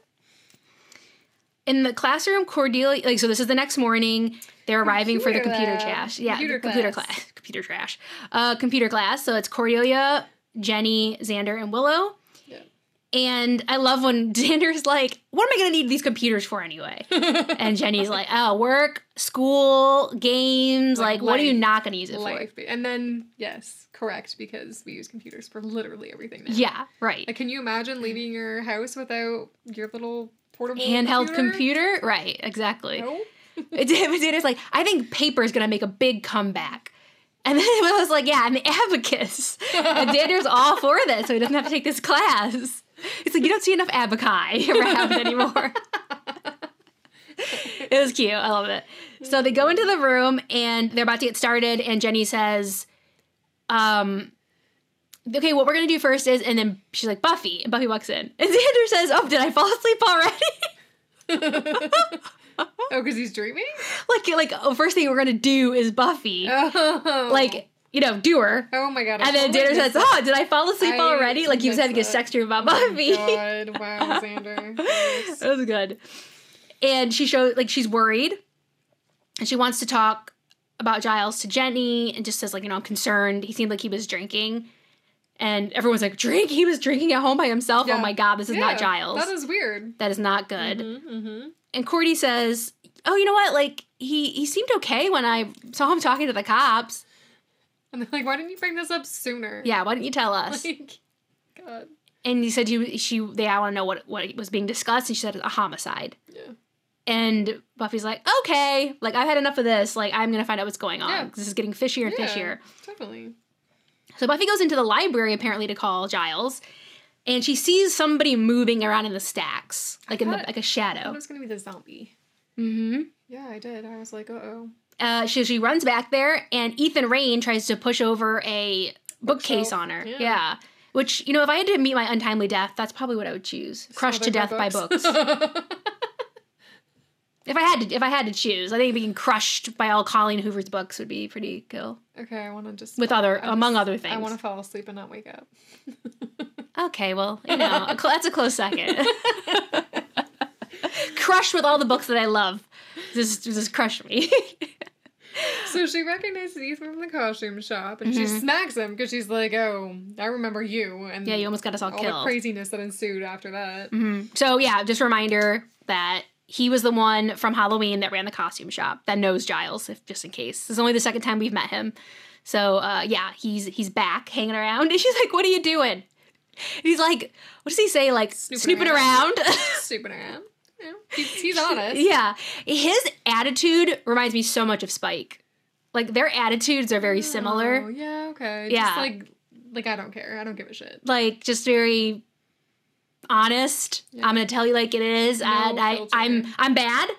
In the classroom, Cordelia, like, so this is the next morning. They're arriving for the
Computer
computer
lab.
trash. Yeah,
Computer
the computer
class.
class. Computer trash. Uh, computer class. So it's Cordelia, Jenny, Xander, and Willow.
Yeah.
And I love when Xander's like, what am I going to need these computers for anyway? and Jenny's like, oh, work, school, games. Like,
Like
what are you
life.
not going to use it for?
Life. And then yes, correct because we use computers for literally everything now.
Yeah, right.
Like, can you imagine leaving your house without your little portable
Handheld computer? Right, exactly.
No.
It did. It did. It's like I think paper is gonna make a big comeback. And then it was like, yeah, I'm an abacus. And Dander's all for this, so he doesn't have to take this class. It's like you don't see enough abacai around anymore. it was cute. I love it. So they go into the room and they're about to get started, and Jenny says, um, okay, what we're gonna do first is, and then she's like, Buffy, and Buffy walks in. And Xander says, Oh, did I fall asleep already?
oh, because he's dreaming.
like like oh, first thing we're gonna do is Buffy.
Oh.
Like, you know, do her.
Oh my god. I
And then
totally
Dinner says,
missed
Oh, did I fall asleep
I
already? Like he was
missed
having his
that.
sex dream about Buffy.
it. Oh God. Wow, Xander. Yes.
it was good. And she shows like she's worried and she wants to talk about Giles to Jenny and just says, like, you know, I'm concerned. He seemed like he was drinking. And everyone's like, drink? He was drinking at home by himself.
Yeah.
Oh my god, this is
Yeah,
not Giles.
That is weird.
that is not good.
Mm-hmm.
and Cordy says, "Oh, you know what? Like he he seemed okay when I saw him talking to the cops.
And they're like, why didn't you bring this up sooner?
Yeah, why didn't you tell us?"
Like, God.
and he said, "You she they I want to know what what was being discussed." And she said, "A homicide."
Yeah.
And Buffy's like, "Okay, like I've had enough of this. Like I'm gonna find out what's going on.
Yeah.
'cause This is getting fishier and
Yeah.
fishier."
Definitely.
So Buffy goes into the library apparently to call Giles, and she sees somebody moving around in the stacks, like in the like
thought-
a
I thought it
shadow.
was gonna be the zombie.
Mm-hmm.
Yeah, I did. I was like, uh oh.
uh, she, she runs back there, and Ethan Rain tries to push over a bookcase
Bookshelf,
on her.
yeah.
Yeah. Which, you know, if I had to meet my untimely death, that's probably what I would choose. Crushed to death by books. if I had to if I had to choose, I think being crushed by all Colleen Hoover's books would be pretty cool.
okay, I want to just
With other
I just-
among other things.
I want to fall asleep and not wake up.
Okay, well, you know, a cl- that's a close second. crushed with all the books that I love. Just just crush me.
So she recognizes Ethan from the costume shop, and she smacks him because she's like, "Oh, I remember you." And
Mm-hmm. yeah, you almost got us all,
all
killed.
the craziness that ensued after that.
Mhm. So yeah, just a reminder that he was the one from Halloween that ran the costume shop that knows Giles, if just in case. This is only the second time we've met him. So uh, yeah, he's he's back hanging around, and she's like, "What are you doing?" And he's like, "What does he say? Like
Snooping
snooping,
around."
around."
Stupid ass. Yeah, he's, he's honest.
yeah, his attitude reminds me so much of Spike. Like their attitudes are very
Oh,
similar.
yeah. Okay. Just
Yeah.
like, like I don't care. I don't give a shit.
Like just very honest.
Yeah.
I'm gonna tell you like it is. and I,
filter.
I'm I'm bad.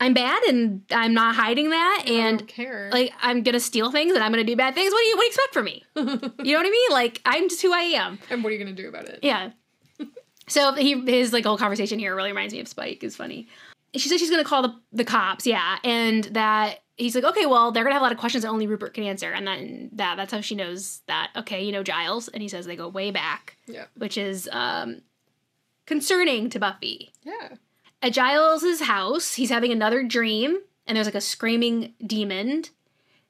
I'm bad, and I'm not hiding that.
I
And
don't care.
like I'm gonna steal things, and I'm gonna do bad things. What do you what do you expect from me? You know what I mean? Like I'm just who I am.
and what are you gonna do about it?
Yeah. So he his like whole conversation here really reminds me of Spike. Is funny. She said she's gonna call the the cops. Yeah, and that he's like, okay, well they're gonna have a lot of questions that only Rupert can answer, and then that that's how she knows that. Okay, you know Giles, and he says they go way back,
Yeah.
which is um concerning to Buffy
Yeah.
at Giles's house, he's having another dream, and there's like a screaming demon,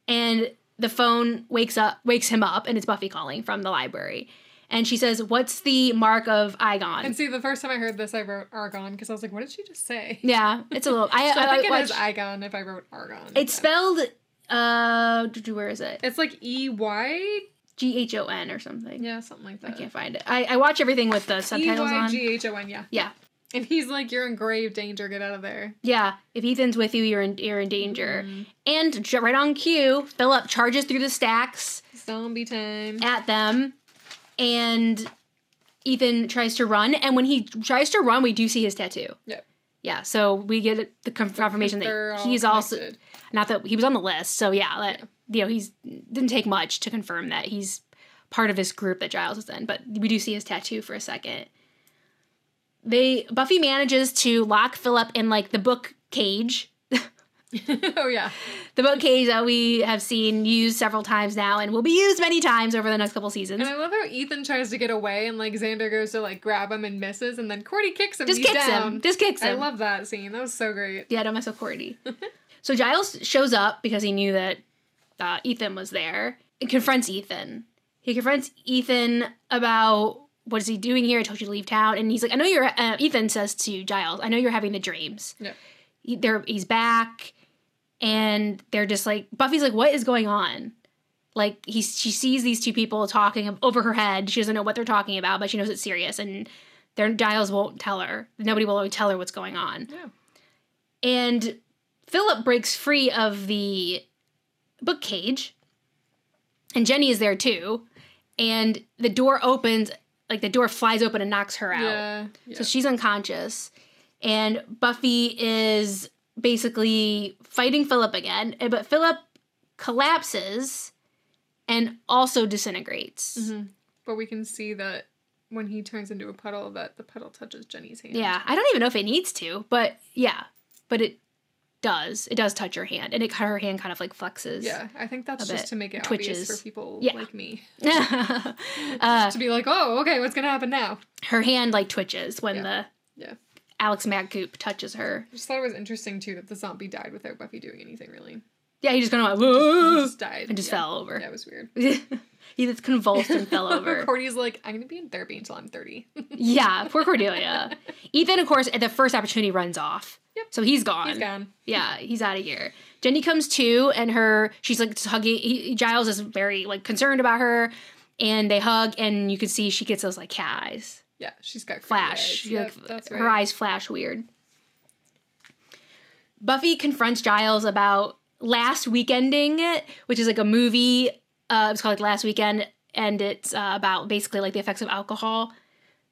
and the phone wakes up wakes him up, and it's Buffy calling from the library, and she says, "What's the mark of Igon?"
And see, the first time I heard this, I wrote Argon because I was like, what did she just say?
yeah, it's a little. I,
So I,
I-
think
I
it is
watched-
Igon if I wrote Argon.
It's spelled. Uh, do- do- where is it?
It's like E Y.
G H O N or something.
Yeah, something like that.
I can't find it. I, I watch everything with the subtitles on.
E Y G H O N, yeah.
Yeah.
And he's like, "You're in grave danger. Get out of there."
Yeah, if Ethan's with you, you're in you're in
Mm-hmm.
danger. And j- right on cue, Philip charges through the stacks
Zombie time.
at them, and Ethan tries to run. And when he tries to run, we do see his tattoo.
Yep.
Yeah, so we get the con- confirmation
They're
that
all
he's also
connected.
not that he was on the list. So yeah, that you know he's didn't take much to confirm that he's part of this group that Giles is in. But we do see his tattoo for a second. They Buffy manages to lock Philip in like the book cage
oh yeah.
the boat cage that we have seen used several times now and will be used many times over the next couple seasons.
And I love how Ethan tries to get away, and like Xander goes to like grab him and misses, and then Cordy kicks him.
Just
he's
kicks
down.
him. Just kicks
I
him.
love that scene. That was so great.
yeah, don't mess with Cordy. so Giles shows up because he knew that uh, Ethan was there and confronts Ethan. He confronts Ethan about what is he doing here? I told you to leave town. And he's like, I know you're, uh, Ethan says to Giles, I know you're having the dreams.
Yeah.
He, they're, he's back. And they're just like, Buffy's like, what is going on? Like he's, she sees these two people talking over her head. She doesn't know what they're talking about, but she knows it's serious. And their Giles won't tell her. Nobody will tell her what's going on.
Yeah.
And Philip breaks free of the book cage, and Jenny is there too. And the door opens, like the door flies open and knocks her out.
Yeah. yeah.
So she's unconscious, and Buffy is basically fighting Philip again. and- But Philip collapses and also disintegrates.
Mhm. But we can see that when he turns into a puddle, that the puddle touches Jenny's hand.
Yeah, I don't even know if it needs to, but yeah, but it does. It does touch her hand, and it her hand kind of like flexes.
Yeah, I think that's
A
just
bit.
to make it obvious
Twitches.
for people
Yeah.
like me
uh,
to be like, "Oh, okay, what's gonna happen now?"
her hand like twitches when
Yeah.
the
Yeah.
Alex Matgoop touches her.
I just thought it was interesting too that the zombie died without Buffy doing anything really.
Yeah, he just kind of
He
went
just died
and just
Yeah.
fell over.
Yeah, it was weird.
he just convulsed and fell over.
Courtney's like, "I'm gonna be in therapy until I'm 30."
yeah, poor Cordelia. Ethan, of course, at the first opportunity runs off.
Yep.
So he's gone.
He's gone.
Yeah, he's out of here. Jenny comes to, and her she's like hugging. He, Giles is very like concerned about her, and they hug, and you can see she gets those like cat eyes
Yeah, she's got crazy eyes.
flash.
Yep,
She, like,
that's right.
Her eyes flash weird. Buffy confronts Giles about last weekending it, which is like a movie. Uh, it's called like Last Weekend, and it's uh, about basically like the effects of alcohol.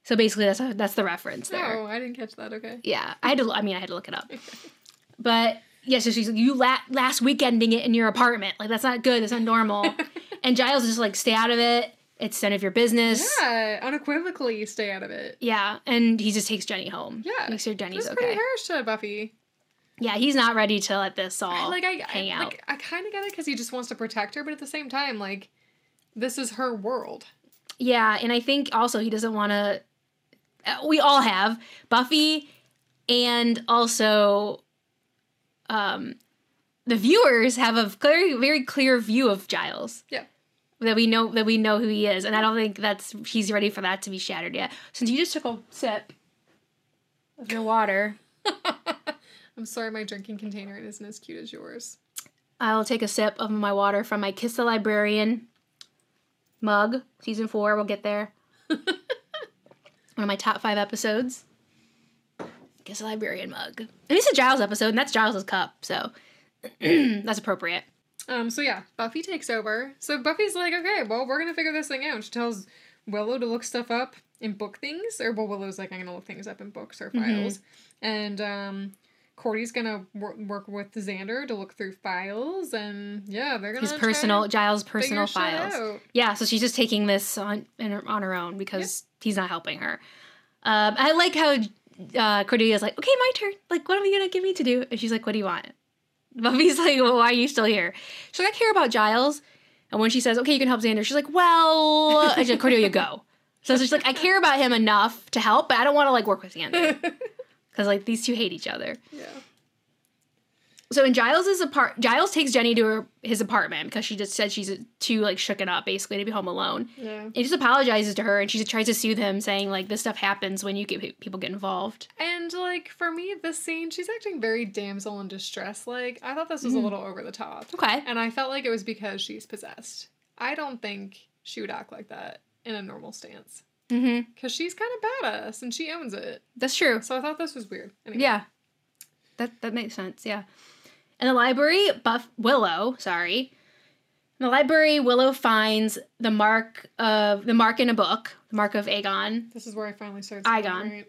So basically, that's that's the reference there.
Oh, I didn't catch that. Okay.
Yeah, I had to. I mean, I had to look it up. But yeah, so she's like, you la- last weekending it in your apartment. Like that's not good. That's not normal. and Giles is just like, stay out of it. It's none of your business.
Yeah, unequivocally stay out of it.
Yeah, and he just takes Jenny home.
Yeah,
makes sure
She's
Jenny's
pretty
okay.
harsh to Buffy.
Yeah, he's not ready to let this all
like I,
hang
I
out.
like I kind of get it because he just wants to protect her, but at the same time, like this is her world.
Yeah, and I think also he doesn't want to. We all have Buffy, and also, um, the viewers have a very very clear view of Giles.
Yeah.
That we know that we know who he is, and I don't think that's he's ready for that to be shattered yet. Since you just took a sip of your water,
I'm sorry, my drinking container isn't as cute as yours.
I'll take a sip of my water from my Kiss the Librarian mug, season four. We'll get there. One of my top five episodes. Kiss the Librarian mug. And this is a Giles episode, and that's Giles's cup, so that's appropriate.
Um, so yeah, Buffy takes over. So Buffy's like, okay, well, we're gonna figure this thing out. She tells Willow to look stuff up and book things, or well, Willow's like, I'm gonna look things up in books
Mm-hmm.
or files, and um, Cordy's gonna wor- work with Xander to look through files, and yeah, they're gonna
His
try
personal
and
Giles
figure
personal
shit
files.
out.
Yeah, so she's just taking this on in her, on her own because he's not helping her. Um, I like how uh, Cordelia's like, "Okay, my turn. Like, what are you gonna give me to do?" And she's like, "What do you want?" Buffy's like, well, "Why are you still here?" She's like, "I care about Giles." And when she says, "Okay, you can help Xander," she's like, "Well," and she's like, "Cordelia, go." So she's like, "I care about him enough to help, but I don't want to like work with Xander because like these two hate each other."
Yeah.
So in Giles's apart, Giles takes Jenny to her, his apartment because she just said she's too like shooken up basically to be home alone
Yeah.
he just apologizes to her and she tries to soothe him saying like this stuff happens when you get people get involved
And like for me, this scene, she's acting very damsel in distress. Like I thought this was
Mm.
a little over the top,
okay
and I felt like it was because she's possessed. I don't think she would act like that in a normal stance.
Mm-hmm.
because she's kind of badass and she owns it.
That's true.
So I thought this was weird. Anyway,
Yeah. That that makes sense, yeah. In the library, Buff Willow, sorry. In the library, Willow finds the mark of the mark in a book, the mark of Aegon,
this is where I finally started.
Igon.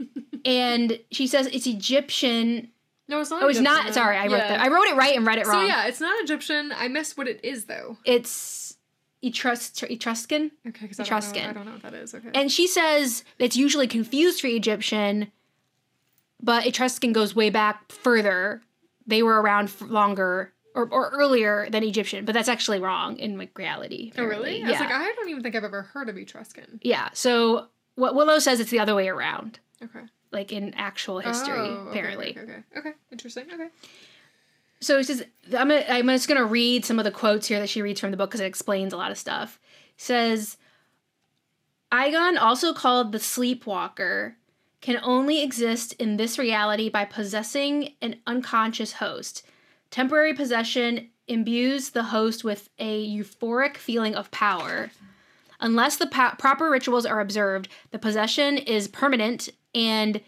Right?
and she says it's Egyptian.
No, it's not.
Oh, it's not.
Egyptian.
Sorry, I wrote
Yeah.
that. I wrote it right and read it
So
wrong.
yeah, it's not Egyptian. I missed what it is though.
It's Etrus- Etruscan.
Okay, because I, don't know-
Etruscan.
I don't know what that is. Okay.
And she says it's usually confused for Egyptian, but Etruscan goes way back further. They were around for longer or, or earlier than Egyptian, but that's actually wrong in like reality.
oh really?
apparently.
I
Yeah.
was like, I don't even think I've ever heard of Etruscan.
yeah. So what Willow says it's the other way around,
Okay.
like in actual history,
Oh, okay,
apparently.
Okay, okay. Okay. Interesting. Okay.
So it says, I'm, gonna, I'm just going to read some of the quotes here that she reads from the book because it explains a lot of stuff. It says, Igon, also called the Sleepwalker, can only exist in this reality by possessing an unconscious host. Temporary possession imbues the host with a euphoric feeling of power. Unless the po- proper rituals are observed, the possession is permanent and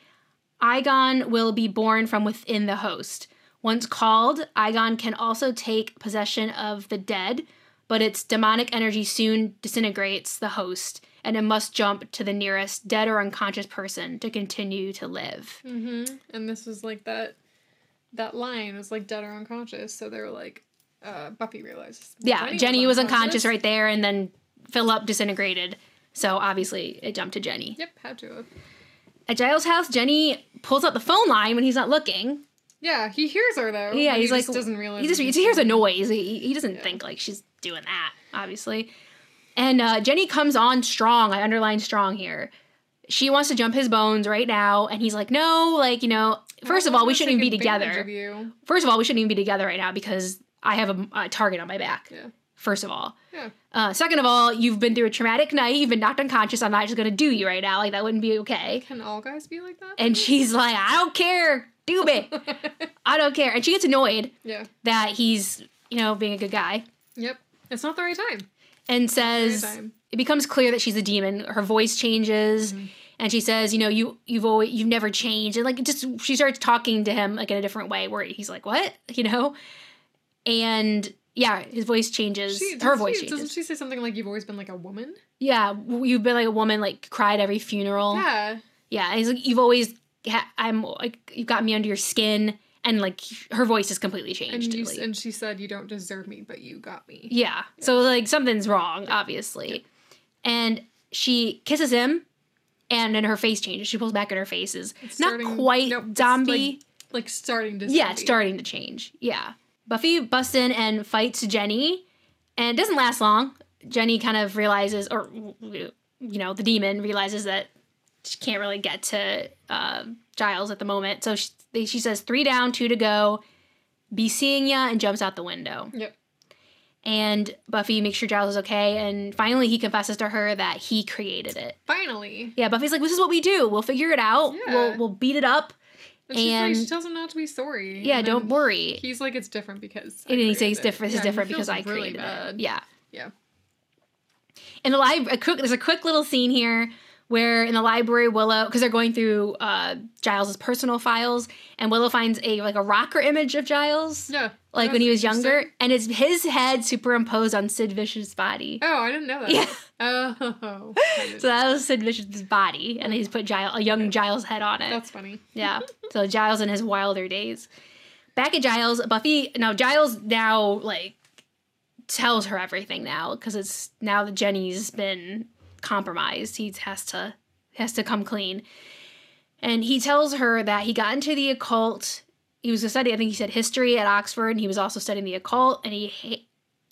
Igon will be born from within the host. Once called, Igon can also take possession of the dead, but its demonic energy soon disintegrates the host, and it must jump to the nearest dead or unconscious person to continue to live.
Mm-hmm. And this was like that. That line was like dead or unconscious. So they were like, uh, Buffy realizes.
Yeah, Jenny, was unconscious right there, and then Philip disintegrated. So obviously, it jumped to Jenny.
Yep. Had to have.
At Giles' house, Jenny pulls out the phone line when he's not looking.
Yeah, he hears her though.
Yeah,
but
he's
he
like
just doesn't realize.
He just
that
he
he's
hears a
doing it.
noise. He, he doesn't
Yeah.
think like she's doing that, obviously. And uh, Jenny comes on strong. I underline strong here. She wants to jump his bones right now, and he's like, "No, like you know." First of all, we
Someone's
shouldn't even be
taking advantage
together.
of you.
First of all, we shouldn't even be together right now because I have a, a target on my back.
Yeah.
First of all.
Yeah.
Uh, second of all, you've been through a traumatic night. You've been knocked unconscious. I'm not just gonna do you right now. Like that wouldn't be okay.
Can all guys be like that?
And she's like, "I don't care. Do me. I don't care." And she gets annoyed
yeah.
that he's you know being a good guy
Yep. It's not the right time.
and
Right
says
time.
it becomes clear that she's a demon her voice changes
Mm-hmm.
and she says you know you you've always you've never changed and like it just she starts talking to him like in a different way where he's like what you know and yeah his voice changes
She,
her
doesn't
voice
she- Doesn't
changes
she say something like, "You've always been like a woman"?
yeah w- you've been like a woman like cried every funeral yeah,
Yeah.
and he's like you've always ha- i'm like you've got me under your skin and like her voice is completely changed
And you, s-
like-
and she said, "You don't deserve me, but you got me."
Yeah. So like something's wrong, obviously. And she kisses him and then her face changes. She pulls back and her face is
It's
not
starting-
quite
no, it's
zombie.
Like, like starting to.
yeah,
zombie.
it's starting to change. Yeah. Buffy busts in and fights Jenny and it doesn't last long. Jenny kind of realizes or you know, the demon realizes that she can't really get to uh, Giles at the moment. So she, she says three down, two to go. Be seeing ya and jumps out the window
Yep.
and Buffy makes sure Giles is okay, and finally he confesses to her that he created it.
Finally.
Yeah, Buffy's like, "This is what we do. We'll figure it out.
Yeah.
We'll we'll beat it up.
And, she's like, she
And-
tells him not to be sorry.
Yeah,
And
don't
then
worry."
He's like, it's different because. I
and then he
created
says, "Different. This
Yeah,
is
and
different
he
because I
feels really
created
bad.
it." Yeah.
Yeah.
in the library, a quick, there's a quick little scene here where in the library, Willow, because they're going through uh, Giles's personal files, and Willow finds a like a rocker image of Giles,
Yeah.
like
That's
when he was younger,
interesting.
and it's his head superimposed on Sid Vicious' body.
Oh, I didn't know that.
Yeah.
Oh.
So that was Sid Vicious's body, and he's put Giles, a young Giles head on it.
That's funny.
Yeah. So Giles in his wilder days. Back at Giles, Buffy now Giles now like tells her everything now because it's now that Jenny's been compromised. He has to has to come clean. And he tells her that he got into the occult. He was studying, I think he said history at Oxford, and he was also studying the occult. And he ha-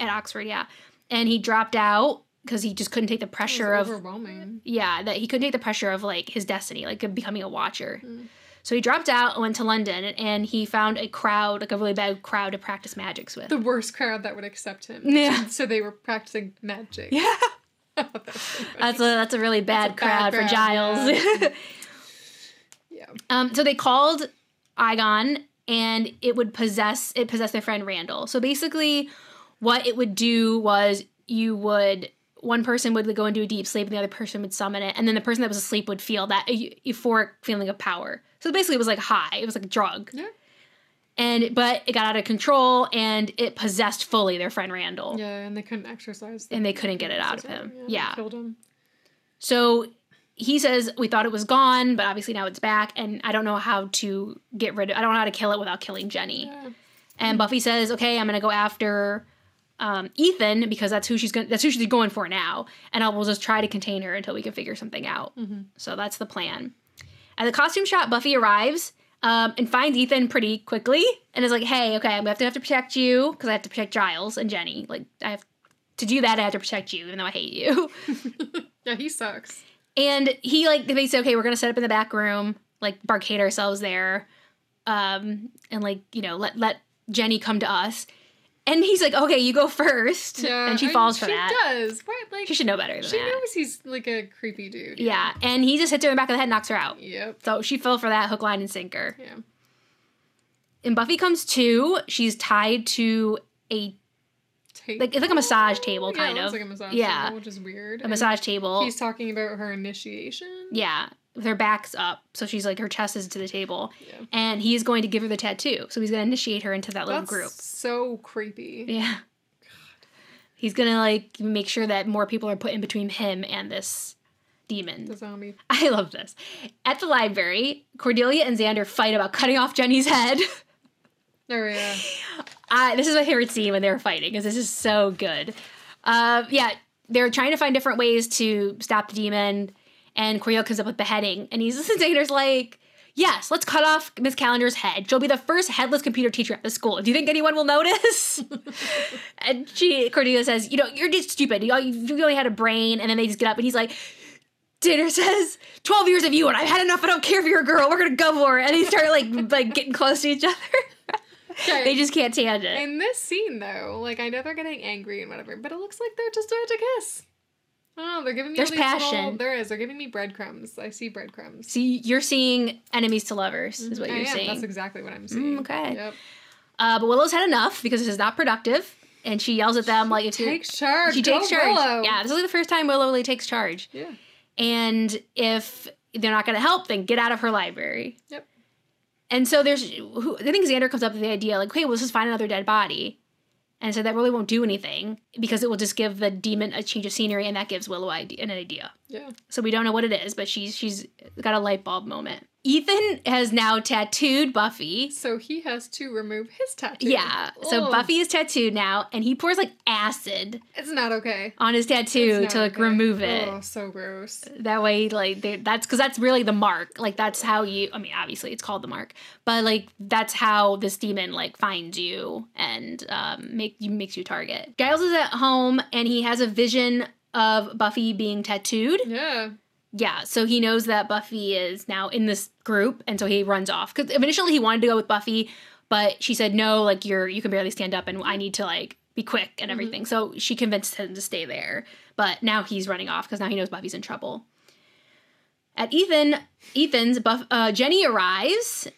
at Oxford, yeah, and he dropped out because he just couldn't take the
It's
pressure of
overwhelming.
yeah, that he couldn't take the pressure of like his destiny, like of becoming a watcher.
Mm.
So he dropped out and went to London and he found a crowd, like a really bad crowd to practice magics with.
The worst crowd that would accept him.
Yeah.
So they were practicing magic.
yeah.
That's so funny.
That's a that's a really bad,
bad
crowd,
crowd,
for Giles.
yeah.
um so they called Igon and it would possess it possessed their friend Randall. So basically what it would do was you would one person would go into a deep sleep and the other person would summon it, and then the person that was asleep would feel that eu- euphoric feeling of power. So basically, it was like high. It was like a drug.
Yeah.
And but it got out of control and it possessed fully their friend Randall.
Yeah, and they couldn't exercise.
And they couldn't get it out of
exercise
him.
they
Yeah.
Killed him.
So he says we thought it was gone, but obviously now it's back, and I don't know how to get rid of. I don't know how to kill it without killing Jenny.
Yeah.
And Buffy says, "Okay, I'm gonna go after um, Ethan because that's who she's going. That's who she's going for now. And I will just try to contain her until we can figure something out. So that's the plan." At the costume shop, Buffy arrives um, and finds Ethan pretty quickly, and is like, "Hey, okay, I'm gonna have to have to protect you because I have to protect Giles and Jenny. Like, I have to do that. I have to protect you, even though I hate you."
Yeah, he sucks.
And he like they say, okay, we're gonna set up in the back room, like barricade ourselves there, um, and like you know let let Jenny come to us. And he's like, okay, you go first,
Yeah,
and she
I-
falls for
she
that.
does. What? Like
She
she,
should know better than that.
knows he's like a creepy dude.
Yeah, and he just hits her in the back of the head, and knocks her out.
Yep.
So she fell for that hook, line, and sinker.
Yeah.
And Buffy comes to. She's tied to a
Take-
like it's like a massage table
yeah,
kind
it looks
of
like a massage
Yeah.
table, which is weird.
a
And
massage table.
He's talking about her initiation.
Yeah, with her back's up, so she's like her chest is to the table,
Yeah.
and he is going to give her the tattoo. So he's going to initiate her into that little
That's
group.
so creepy.
Yeah. He's gonna like make sure that more people are put in between him and this
The
demon.
zombie.
I love this. At the library, Cordelia and Xander fight about cutting off Jenny's head.
Oh yeah.
I, this is my favorite scene when they're fighting because this is so good. Uh, yeah, they're trying to find different ways to stop the demon, and Cordelia comes up with beheading, and he's Xander's like, "Yes, let's cut off Miss Calendar's head. She'll be the first headless computer teacher at the school. Do you think anyone will notice?" and she Cordelia says, "You know, you're just stupid. You, you only had a brain." And then they just get up, and he's like. Dinner says, 12 years of you, and I've had enough. I don't care if you're a girl. We're gonna go for it. And they start like like getting close to each other.
Okay.
they just can't stand it.
In this scene, though, like I know they're getting angry and whatever, but it looks like they're just about to kiss. Oh, they're giving me
There's
all these little-
passion.
there is. They're giving me breadcrumbs. I see breadcrumbs.
See, you're seeing enemies to lovers, is what
I
you're
am.
seeing.
Mm-hmm. Oh,
Mm,
That's exactly what I'm seeing.
okay.
Yep.
uh, but Willow's had enough because this is not productive, and she yells at them like, "If you're-
Take charge.
she
Go
takes charge."
Willow.
Yeah, this is like the first time Willow really takes charge.
Yeah.
And if they're not going to help, then get out of her library.
Yep.
And so there's, who, I think Xander comes up with the idea like, "Hey, well, let's just find another dead body," and so that really won't do anything because it will just give the demon a change of scenery, and that gives Willow ide- an idea.
Yeah.
So we don't know what it is, but she's she's got a light bulb moment. Ethan has now tattooed Buffy.
So he has to remove his tattoo.
Yeah. So
Ugh.
Buffy is tattooed now, and he pours like acid
It's not okay.
on his
It's
tattoo
not
to like
okay.
remove it.
Oh, so gross.
That way, like they, that's because that's really the mark. Like that's how you. I mean, obviously it's called the mark, but like that's how this demon like finds you and um, make you makes you target. Giles is at home and he has a vision of Buffy being tattooed.
Yeah.
Yeah, so he knows that Buffy is now in this group, and so he runs off. Because initially he wanted to go with Buffy, but she said no. Like you're, you can barely stand up, and I need to like be quick and everything. So she convinced him to stay there. But now he's running off because now he knows Buffy's in trouble. At Ethan, Ethan's, Buff, uh, Jenny arrives,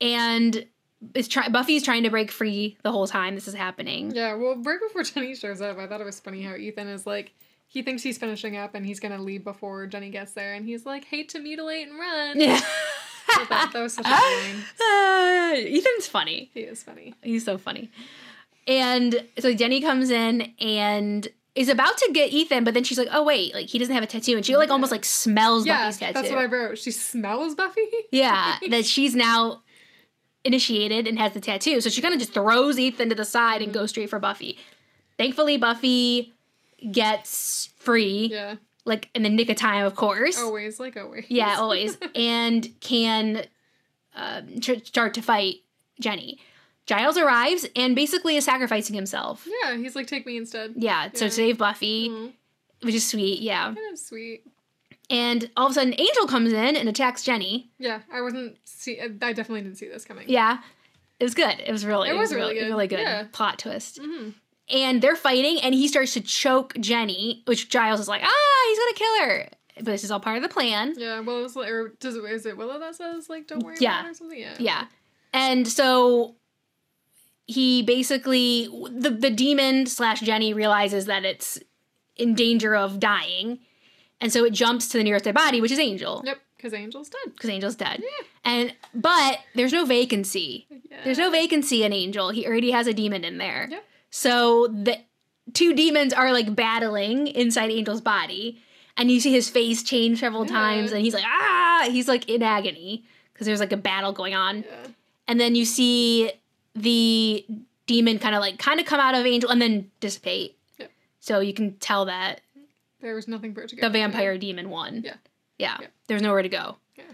and is try- Buffy's trying to break free the whole time this is happening.
Yeah. Well, right before Jenny shows up, I thought it was funny how Ethan is like, he thinks he's finishing up and he's gonna leave before Jenny gets there, and he's like, hate to mutilate and run.
Yeah.
I thought that was such a line.
Uh, Ethan's funny.
He is funny.
He's so funny. And so Jenny comes in and is about to get Ethan, but then she's like, "Oh wait, like he doesn't have a tattoo," and she like almost like smells
Yeah,
Buffy's tattoo.
that's what I wrote. She smells Buffy.
yeah, that she's now initiated and has the tattoo, so she kind of just throws Ethan to the side
Mm-hmm.
and goes straight for Buffy. Thankfully, Buffy gets free,
Yeah, Oh,
like in the nick of time, of course.
always like always.
Yeah, always. and can um, tr- start to fight Jenny. Giles arrives and basically is sacrificing himself.
yeah. He's like, take me instead.
Yeah, so
Yeah.
save Buffy,
Mm,
which is sweet. Yeah.
kind of sweet.
And all of a sudden, Angel comes in and attacks Jenny.
Yeah, I wasn't see. I definitely didn't see this coming.
Yeah. It was good. It was really,
It was
really,
really
really good,
good, yeah.
plot twist.
Mhm.
And they're fighting, and he starts to choke Jenny, which Giles is like, ah, he's gonna kill her. But this is all part of the plan.
Yeah. Well, it was like, or does it, is it Willow that says like, don't worry
Yeah.
about it or something? Yeah.
Yeah. And so he basically the the demon slash Jenny realizes that it's in danger of dying. And so it jumps to the nearest dead body, which is Angel,
Yep, because Angel's dead.
because Angel's dead. And but there's no vacancy.
Yeah.
There's no vacancy in Angel. He already has a demon in there.
Yep.
So the two demons are like battling inside Angel's body, and you see his face change several
Yeah.
times, and he's like ah, he's like in agony because there's like a battle going on.
Yeah.
And then you see the demon kind of like kind of come out of Angel and then dissipate.
Yep.
So you can tell that
There was nothing for it to go.
the
to.
vampire demon won.
Yeah.
Yeah.
Yeah.
There's nowhere to go.
Yeah.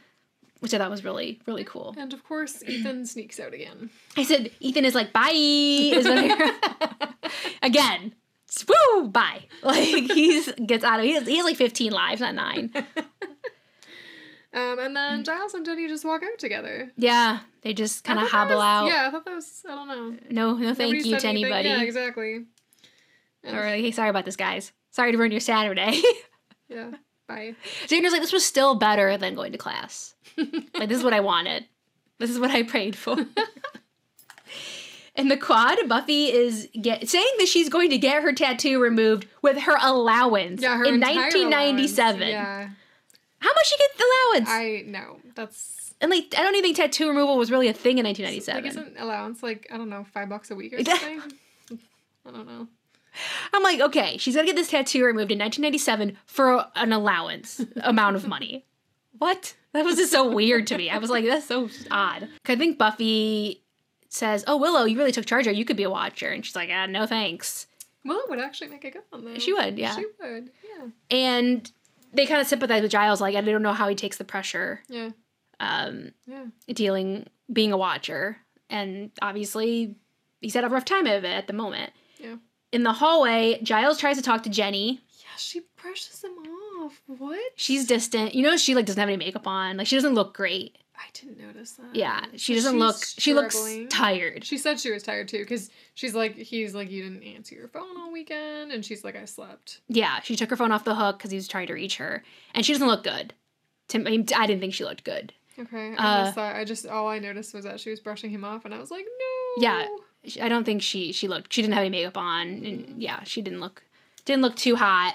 Which I thought was really, really cool.
And of course, Ethan sneaks out again.
I said, Ethan is like, bye. Is what I Again. It's, Woo! Bye. Like, he's gets out of he has, he has like 15 lives, not nine.
Um,
Mm.
and then Giles and Jenny just walk out together.
Yeah. They just kind
I
of
thought that
hobble
was-
out.
Yeah, I thought that was. I don't know.
No, no thank
Nobody
you
said
to
anything.
anybody.
Yeah, exactly. And-
Or, like, hey, sorry about this, guys. Sorry to ruin your Saturday.
yeah. Bye.
Xander's like, this was still better than going to class. like, this is what I wanted. This is what I prayed for. In the quad, Buffy is get, saying that she's going to get her tattoo removed with her allowance
Yeah, her
in
entire
1997.
allowance. Yeah,
How much she get the allowance?
I know. That's
and like, I don't even think tattoo removal was really a thing in
like
1997.
isn't allowance like I don't know five bucks a week or
Yeah.
something. I don't know.
I'm like, okay, she's gonna get this tattoo removed in 1997 for an allowance amount of money. What? That was just so weird to me. I was like, that's so odd. 'Cause I think Buffy says, "Oh Willow, you really took charge. Or you could be a watcher," and she's like, "Ah, no thanks."
Well, it would actually make a good one though.
She would, yeah.
She would. Yeah.
And they kind of sympathize with Giles, like, I don't know how he takes the pressure,
Yeah.
um,
Yeah.
dealing being a watcher, and obviously he's had a rough time of it at the moment.
Yeah.
In the hallway, Giles tries to talk to Jenny,
Yeah. She brushes him off. What?
She's distant. You know, she like doesn't have any makeup on. Like she doesn't look great.
I didn't notice that.
Yeah, she
So
doesn't
Oh, she's
look. She looks
struggling.
tired.
She said she was tired too, because she's like, he's like, you didn't answer your phone all weekend, and she's like, I slept.
Yeah, she took her phone off the hook because he was trying to reach her, and she doesn't look good. To me, I didn't think she looked good.
Okay,
Uh,
I missed that. I just all I noticed was that she was brushing him off, and I was like, no.
Yeah. She- I don't think she she looked. She didn't have any makeup on, and yeah, she didn't look didn't look too hot.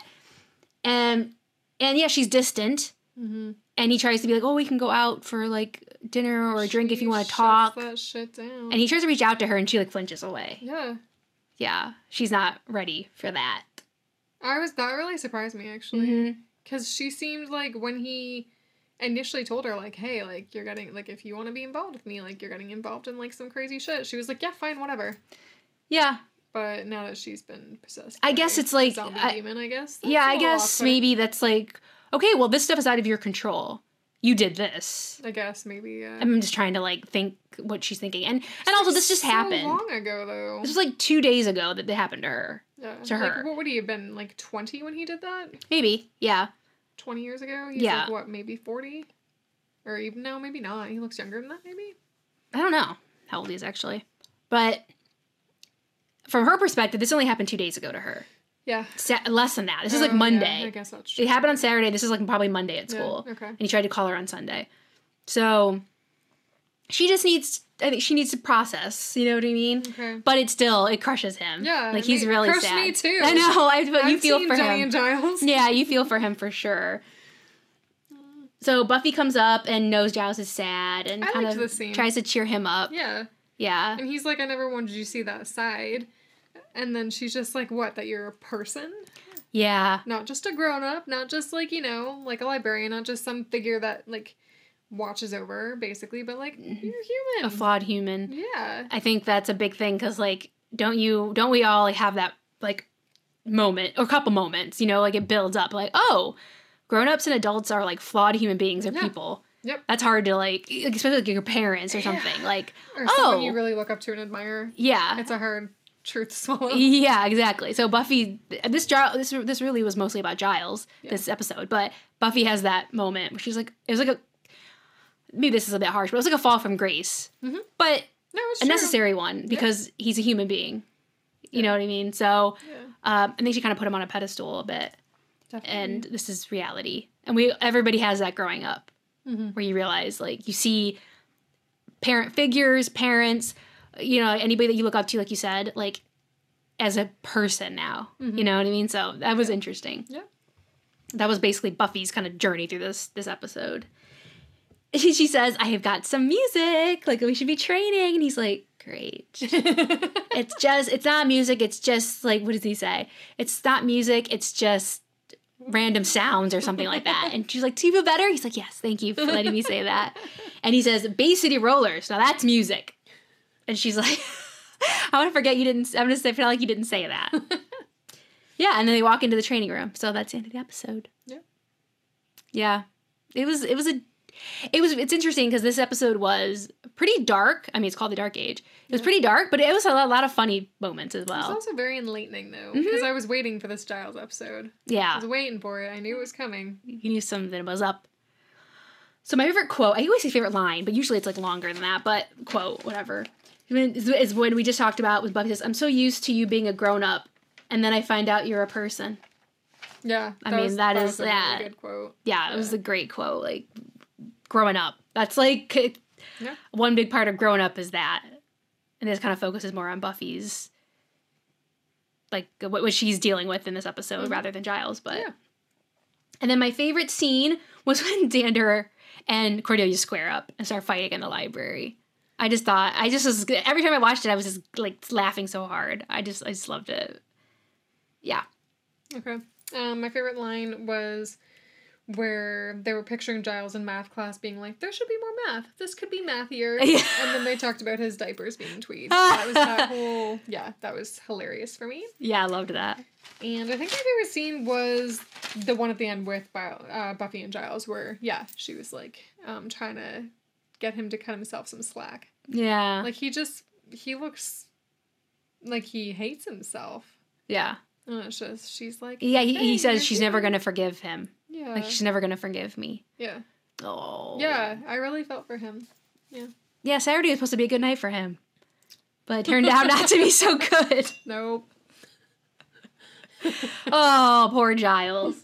And and yeah, she's distant.
Mm-hmm.
And he tries to be like, oh, we can go out for like dinner or a drink if you want to talk.
That shit down.
And he tries to reach out to her, and she like flinches away.
yeah,
Yeah, she's not ready for that.
I was that really surprised me actually,
Mhm.
because she seemed like when he initially told her like, hey, like you're getting like if you want to be involved with me, like you're getting involved in like some crazy shit. She was like, yeah, fine, whatever.
Yeah,
But now that she's been possessed,
I guess
by
it's like-
zombie
I-
demon. I guess.
yeah,
That's a
I
little
guess
awkward.
maybe that's like, okay, well, this stuff is out of your control. You did this.
I guess maybe. Yeah.
I'm just trying to like think what she's thinking, and and also this just
so
happened.
long ago though.
This was like two days ago that it happened to her.
Yeah.
to
like,
her.
what would he have been like twenty when he did that?
Maybe, yeah,
20 years ago. He's
Yeah.
like, what, maybe 40? Or even no, maybe not. He looks younger than that, maybe?
I don't know how old he is actually, but from her perspective, this only happened two days ago to her.
Yeah.
Sa- less than that. This is
Oh,
like
yeah,
Monday.
I guess that's true.
it happened on Saturday. This is like probably Monday at
Yeah,
school.
okay.
and he tried to call her on Sunday. So she just needs I think she needs to process, you know what I mean?
Okay.
But it still it crushes him.
Yeah,
Like
it
he's
ma-
really
crushed
sad.
me too.
I know. I but you
I've
feel
seen
for
Jenny
him.
and Giles.
Yeah, you feel for him for sure. So Buffy comes up and knows Giles is sad and
I
kind
liked
of
this scene.
tries to cheer him up.
Yeah.
Yeah.
And he's like, I never wanted you to see that side. And then she's just like, what, that you're a person?
Yeah.
Not just a grown up, not just like, you know, like a librarian, not just some figure that like watches over, basically, but like, you're human.
Mm-hmm. A flawed human.
Yeah.
I think that's a big thing because like don't you don't we all like have that like moment or couple moments you know like it builds up like oh grown-ups and adults are like flawed human beings or
Yeah.
people
Yep.
that's hard to like like, especially like your parents or
Yeah.
something like
Or someone
Oh.
you really look up to and admire.
yeah
It's a hard truth to swallow.
yeah exactly so Buffy this Giles this this really was mostly about Giles this episode but Buffy has that moment where she's like it was like a maybe this is a bit harsh but it was like a fall from grace
Mhm.
but
No, it's
a
true.
necessary one because he's a human being. You know what I mean? So
Yeah.
um, I think she kind of put him on a pedestal a bit,
Definitely.
and this is reality. And we everybody has that growing up,
Mhm.
where you realize like you see parent figures, parents, you know anybody that you look up to, like you said, like as a person now.
Mhm.
You know what I mean? So that was interesting.
Yeah.
That was basically Buffy's kind of journey through this this episode. She, she says, "I have got some music. Like we should be training." And he's like, "Great."
Mm-hmm.
it's just it's not music. It's just like what does he say? It's not music. It's just random sounds or something like that. And she's like, "Do you feel better?" He's like, "Yes, thank you for letting me say that." And he says, "Bay City Rollers." Now that's music. And she's like, "I want to forget you didn't. I'm gonna say feel like you didn't say that." yeah, and then they walk into the training room. So that's the end of the episode.
Yep.
Yeah, it was. It was a. It was. It's interesting because this episode was pretty dark. I mean, it's called the Dark Age. It was
Yeah.
pretty dark, but it was a lot, lot of funny moments as
It's
well.
also very enlightening though,
Mm-hmm.
because I was waiting for this Giles episode. I
Yeah,
was waiting for it. I knew it was coming.
you can use something that was up. So my favorite quote, I always say favorite line, but usually it's like longer than that, but quote, whatever. Is is when we just talked about with Buffy says, I'm so used to you being a grown up, and then I find out you're a person.
Yeah,
I mean, that is-
was a really
yeah.
good quote.
Yeah, it was a great quote. Like growing up. That's like it-
Yeah.
one big part of growing up is that. And this kind of focuses more on Buffy's like what, what she's dealing with in this episode
Mhm.
rather than Giles, but
Yeah.
And then my favorite scene was when Dander and Cordelia square up and start fighting in the library. I just thought I just was every time I watched it I was just like laughing so hard. I just I just loved it. Yeah.
Okay. Um, my favorite line was where they were picturing Giles in math class being like, there should be more math. This could be mathier.
Yeah.
And then they talked about his diapers being tweed. that was that whole, yeah, that was hilarious for me.
Yeah, I loved that.
And I think my favorite scene was the one at the end with Bi- uh, Buffy and Giles where, yeah, she was like um, trying to get him to cut himself some slack.
Yeah.
Like he just, he looks like he hates himself.
yeah.
And it's just, she's like,
Yeah, he,
"Hey,
he
you're
says she's never
here."
gonna forgive him.
Yeah.
Like she's never gonna forgive me.
yeah.
Oh.
Yeah, I really felt for him.
Yeah, Saturday was supposed to be a good night for him. But it turned out not to be so good.
Nope.
Oh, poor Giles.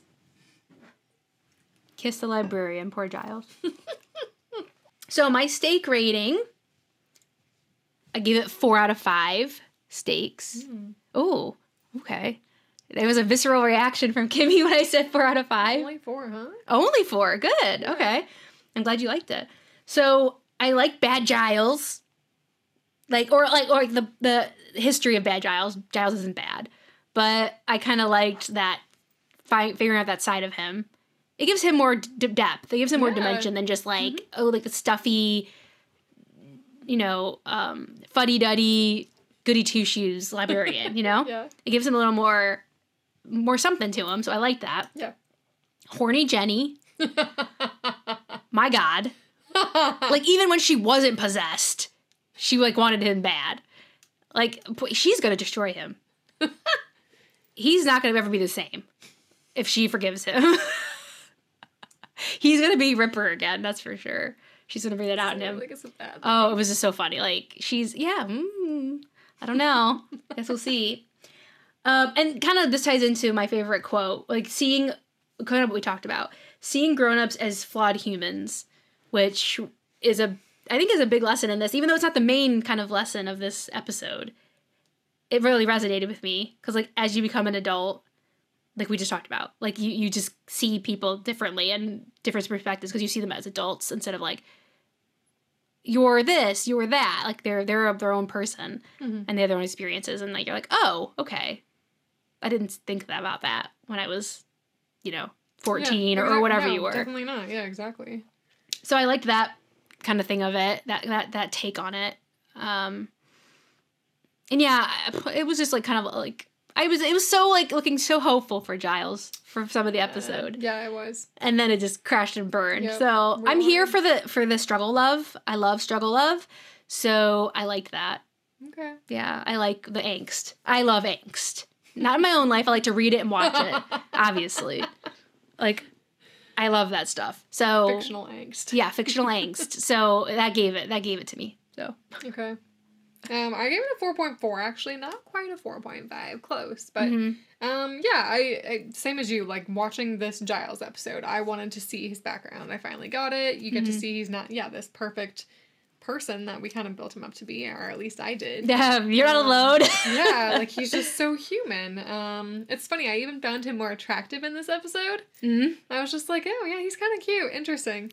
Kiss the librarian, poor Giles. so my steak rating, I give it four out of five steaks.
Mm.
Oh, okay. There was a visceral reaction from Kimmy when I said four out of five.
Only four, huh?
Only four. Good. Okay. I'm glad you liked it. So I like Bad Giles. Like or like or like the the history of Bad Giles. Giles isn't bad, but I kind of liked that fi- figuring out that side of him. It gives him more d- depth. It gives him more
Yeah. Mm-hmm.
dimension than just like oh like the stuffy, you know, um, fuddy duddy, goody two shoes librarian. you know,
Yeah.
it gives him a little more more something to him. So I like that.
Yeah.
Horny Jenny my god like even when she wasn't possessed she like wanted him bad like p- she's gonna destroy him he's not gonna ever be the same if she forgives him he's gonna be ripper again that's for sure she's gonna bring that out in him
Like it's a bad.
Oh, it was just so funny. Like she's yeah. Mm, I don't know. Guess we'll see. Um, and kind of this ties into my favorite quote, like seeing kind of what we talked about, seeing grown-ups as flawed humans, which is a I think is a big lesson in this, even though it's not the main kind of lesson of this episode. It really resonated with me because like as you become an adult, like we just talked about, like you you just see people differently and different perspectives because you see them as adults instead of like you're this, you're that. Like they're they're of their own person
Mhm.
and they have their own experiences, and like you're like, oh, okay, I didn't think that about that when I was, you know, fourteen
Yeah,
or,
exact-
or whatever
no,
you were.
Definitely not. Yeah, exactly.
So I liked that kind of thing of it, that that that take on it. Um, and yeah, I- it was just like kind of like I was. It was so like looking so hopeful for Giles for some of the episode
Uh, yeah, it was.
and then it just crashed and burned.
Yep.
So
Real
I'm here
hard.
for the for the struggle love. I love struggle love. So I liked that.
Okay.
Yeah, I like the angst. I love angst. Not in my own life. I like to read it and watch it. Obviously, like I love that stuff. So
Fictional angst.
yeah, fictional angst. So that gave it that gave it to me. So
Okay. Um, I gave it a four point four. Actually, not quite a four point five. Close, but
Mhm.
um, yeah. I, I same as you. Like watching this Giles
Mm-hmm.
episode, I wanted to see his background. I finally got it. You get to see he's not yeah this perfect person that we kind of built him up to be, or at least I did.
Yeah, you're not alone.
yeah, like he's just so human. Um, it's funny. I even found him more attractive in this episode.
Mhm.
I was just like, oh yeah, he's kind of cute, interesting.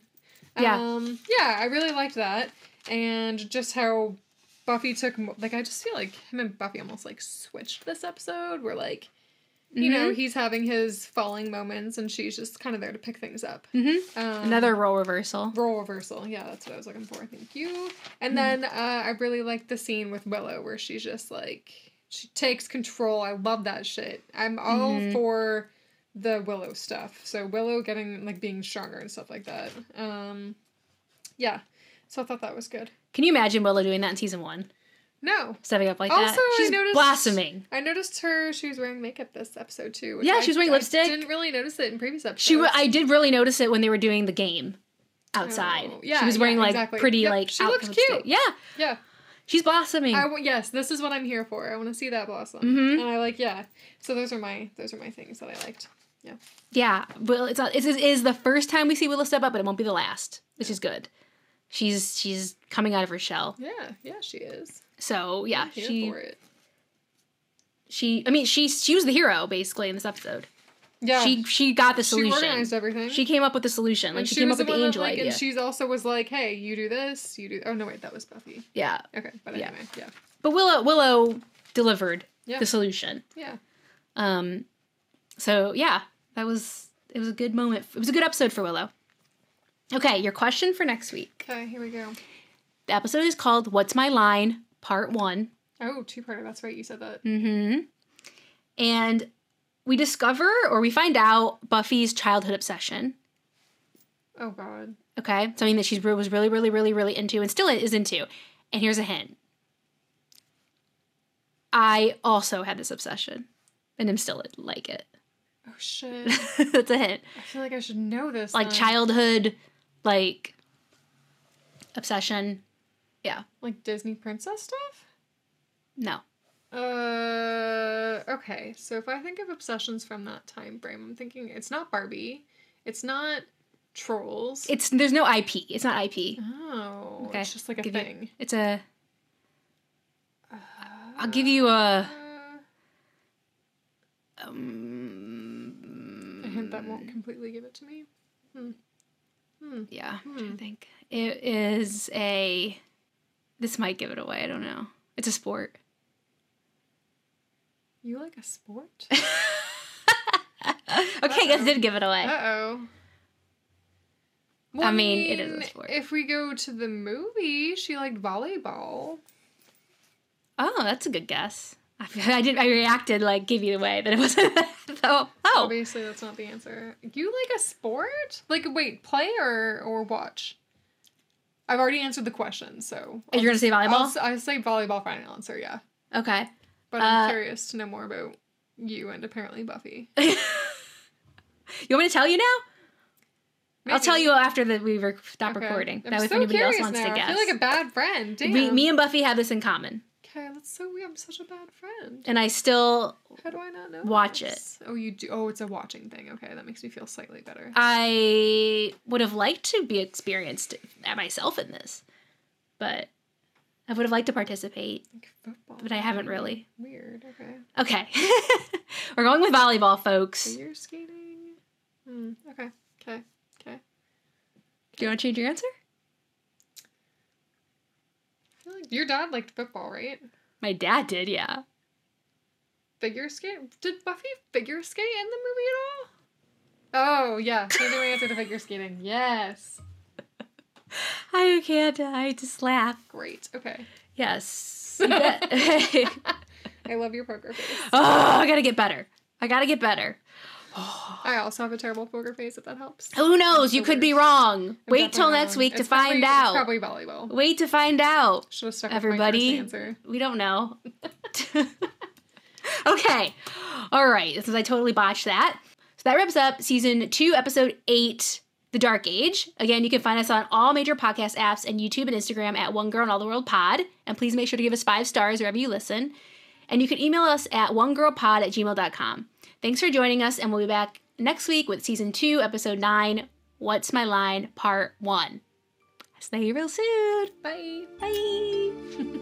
Yeah.
Um, yeah, I really liked that, and just how Buffy took mo- like I just feel like him and Buffy almost like switched this episode. Where like, you
Mm-hmm.
know, he's having his falling moments, and she's just kind of there to pick things up.
Mhm.
Um,
Another role reversal.
role reversal. Yeah, that's what I was looking for. Thank you.
Hmm.
And then uh, I really liked the scene with Willow where she's just like she takes control. I love that shit. I'm all
Mhm.
for the Willow stuff. So Willow getting like being stronger and stuff like that. Um, yeah. So I thought that was good.
Can you imagine Willow doing that in season one?
No,
Stepping up like
Also, I
that? She's
noticed-
blossoming.
I noticed her. She was wearing makeup this episode too. which
Yeah,
I-
she was wearing
I
lipstick.
Didn't really notice it in previous episodes.
She, wa- I did really notice it when they were doing the game outside.
Oh, yeah,
she was wearing
yeah,
like
exactly.
pretty
Yep,
like.
she looked
outfits
cute.
that- Yeah,
yeah.
she's blossoming.
I w- yes, this is what I'm here for. I want to see that blossom.
Mhm.
And I like yeah. So those are my those are my things that I liked.
yeah, well, it's not. It is, is the first time we see Willow step up, but it won't be the last, which is good. She's she's coming out of her shell.
Yeah, yeah, she is.
So yeah,
Here
she
for it.
she. I mean, she she was the hero basically in this episode.
Yeah,
She she got the
she
solution.
organized everything.
She came up with the solution. Like
And
she, came up
was
with the
one that,
angel
like,
idea.
And she also was like, "Hey, you do this, you do." Oh no, wait, that was Buffy.
yeah,
Okay, but
Yeah.
anyway, yeah,
but Willow Willow delivered
Yeah.
the solution.
yeah,
Um, so yeah, that was it was a good moment. It was a good episode for Willow. Okay, your question for next week.
Okay, here we go.
The episode is called "What's My Line?" Part One.
Oh, two-parter. That's right. You said that.
Mm-hmm. And we discover or we find out Buffy's childhood obsession.
Oh God.
Okay, something that she was really, really, really, really into and still is into. And here's a hint. I also had this obsession, and am still like it.
Oh shit.
That's a hint.
I feel like I should know this.
like
now.
childhood like obsession yeah
like Disney princess stuff.
no
Uh, okay. So if I think of obsessions from that time frame, I'm thinking it's not Barbie, it's not trolls.
it's there's no ip it's not ip
oh,
Okay,
it's just like a
give you-
thing.
it's a i'll give you a
Uh,
um,
a hint that won't completely give it to me. Hmm.
yeah I'm trying to think it is a this might give it away i don't know it's a sport
You like a sport?
okay i guess
Uh-oh.
I did give it away
Uh oh.
I mean, it is a sport.
If we go to the movie, she liked volleyball.
oh that's a good guess i, I did i reacted like give you away but it wasn't oh oh
Obviously, that's not the answer. You like a sport? Like, wait, play or or watch? I've already answered the question, so
you're gonna say
I'll,
volleyball
s- I'll say volleyball final answer. Yeah,
okay
but I'm
Uh,
curious to know more about you and apparently Buffy.
you want me to tell you now? I'll
Maybe.
tell you after that we rec- stop
Okay.
recording.
I'm
that way, if
so
anybody else
curious
wants to
now.
guess.
I feel like a bad friend. Damn.
we, me and Buffy have this in common,
okay, that's so weird. I'm such a bad friend.
and I still
How do I not know?
Watch
this? Oh, you do. Oh, it's a watching thing. Okay, that makes me feel slightly better.
I would have liked to be experienced at myself in this, but I would have liked to participate,
Like football.
but I haven't really.
Weird. Okay.
Okay, we're going with volleyball, folks.
Figure skating. Hmm. Okay. Okay. Okay.
Do you want to change your answer?
I feel like your dad liked football, right?
My dad did, yeah.
Figure skate. Did Buffy figure skate in the movie at all? Oh yeah, changing my answer to figure skating. Yes.
I can't. I just laugh.
Great. Okay.
Yes. You bet.
I love your poker face.
Oh, I gotta get better. I gotta get better.
I also have a terrible poker face. If that helps.
Who knows?
the
You could be
worst.
wrong.
I'm
Wait till
definitely
next
wrong.
week to
It's probably-
find
it's
out.
Probably volleyball.
Wait to find out.
Should have stuck
Everybody-
With my first answer.
We don't know. okay. All right. Since I totally botched that. So that wraps up season two, episode eight, The Dark Age. Again, you can find us on all major podcast apps and YouTube and Instagram at One Girl in All the World Pod. And please make sure to give us five stars wherever you listen. And you can email us at onegirlpod at gmail.com. Thanks for joining us, and we'll be back next week with season two, episode nine, What's My Line, part one. See you real soon.
Bye.
Bye.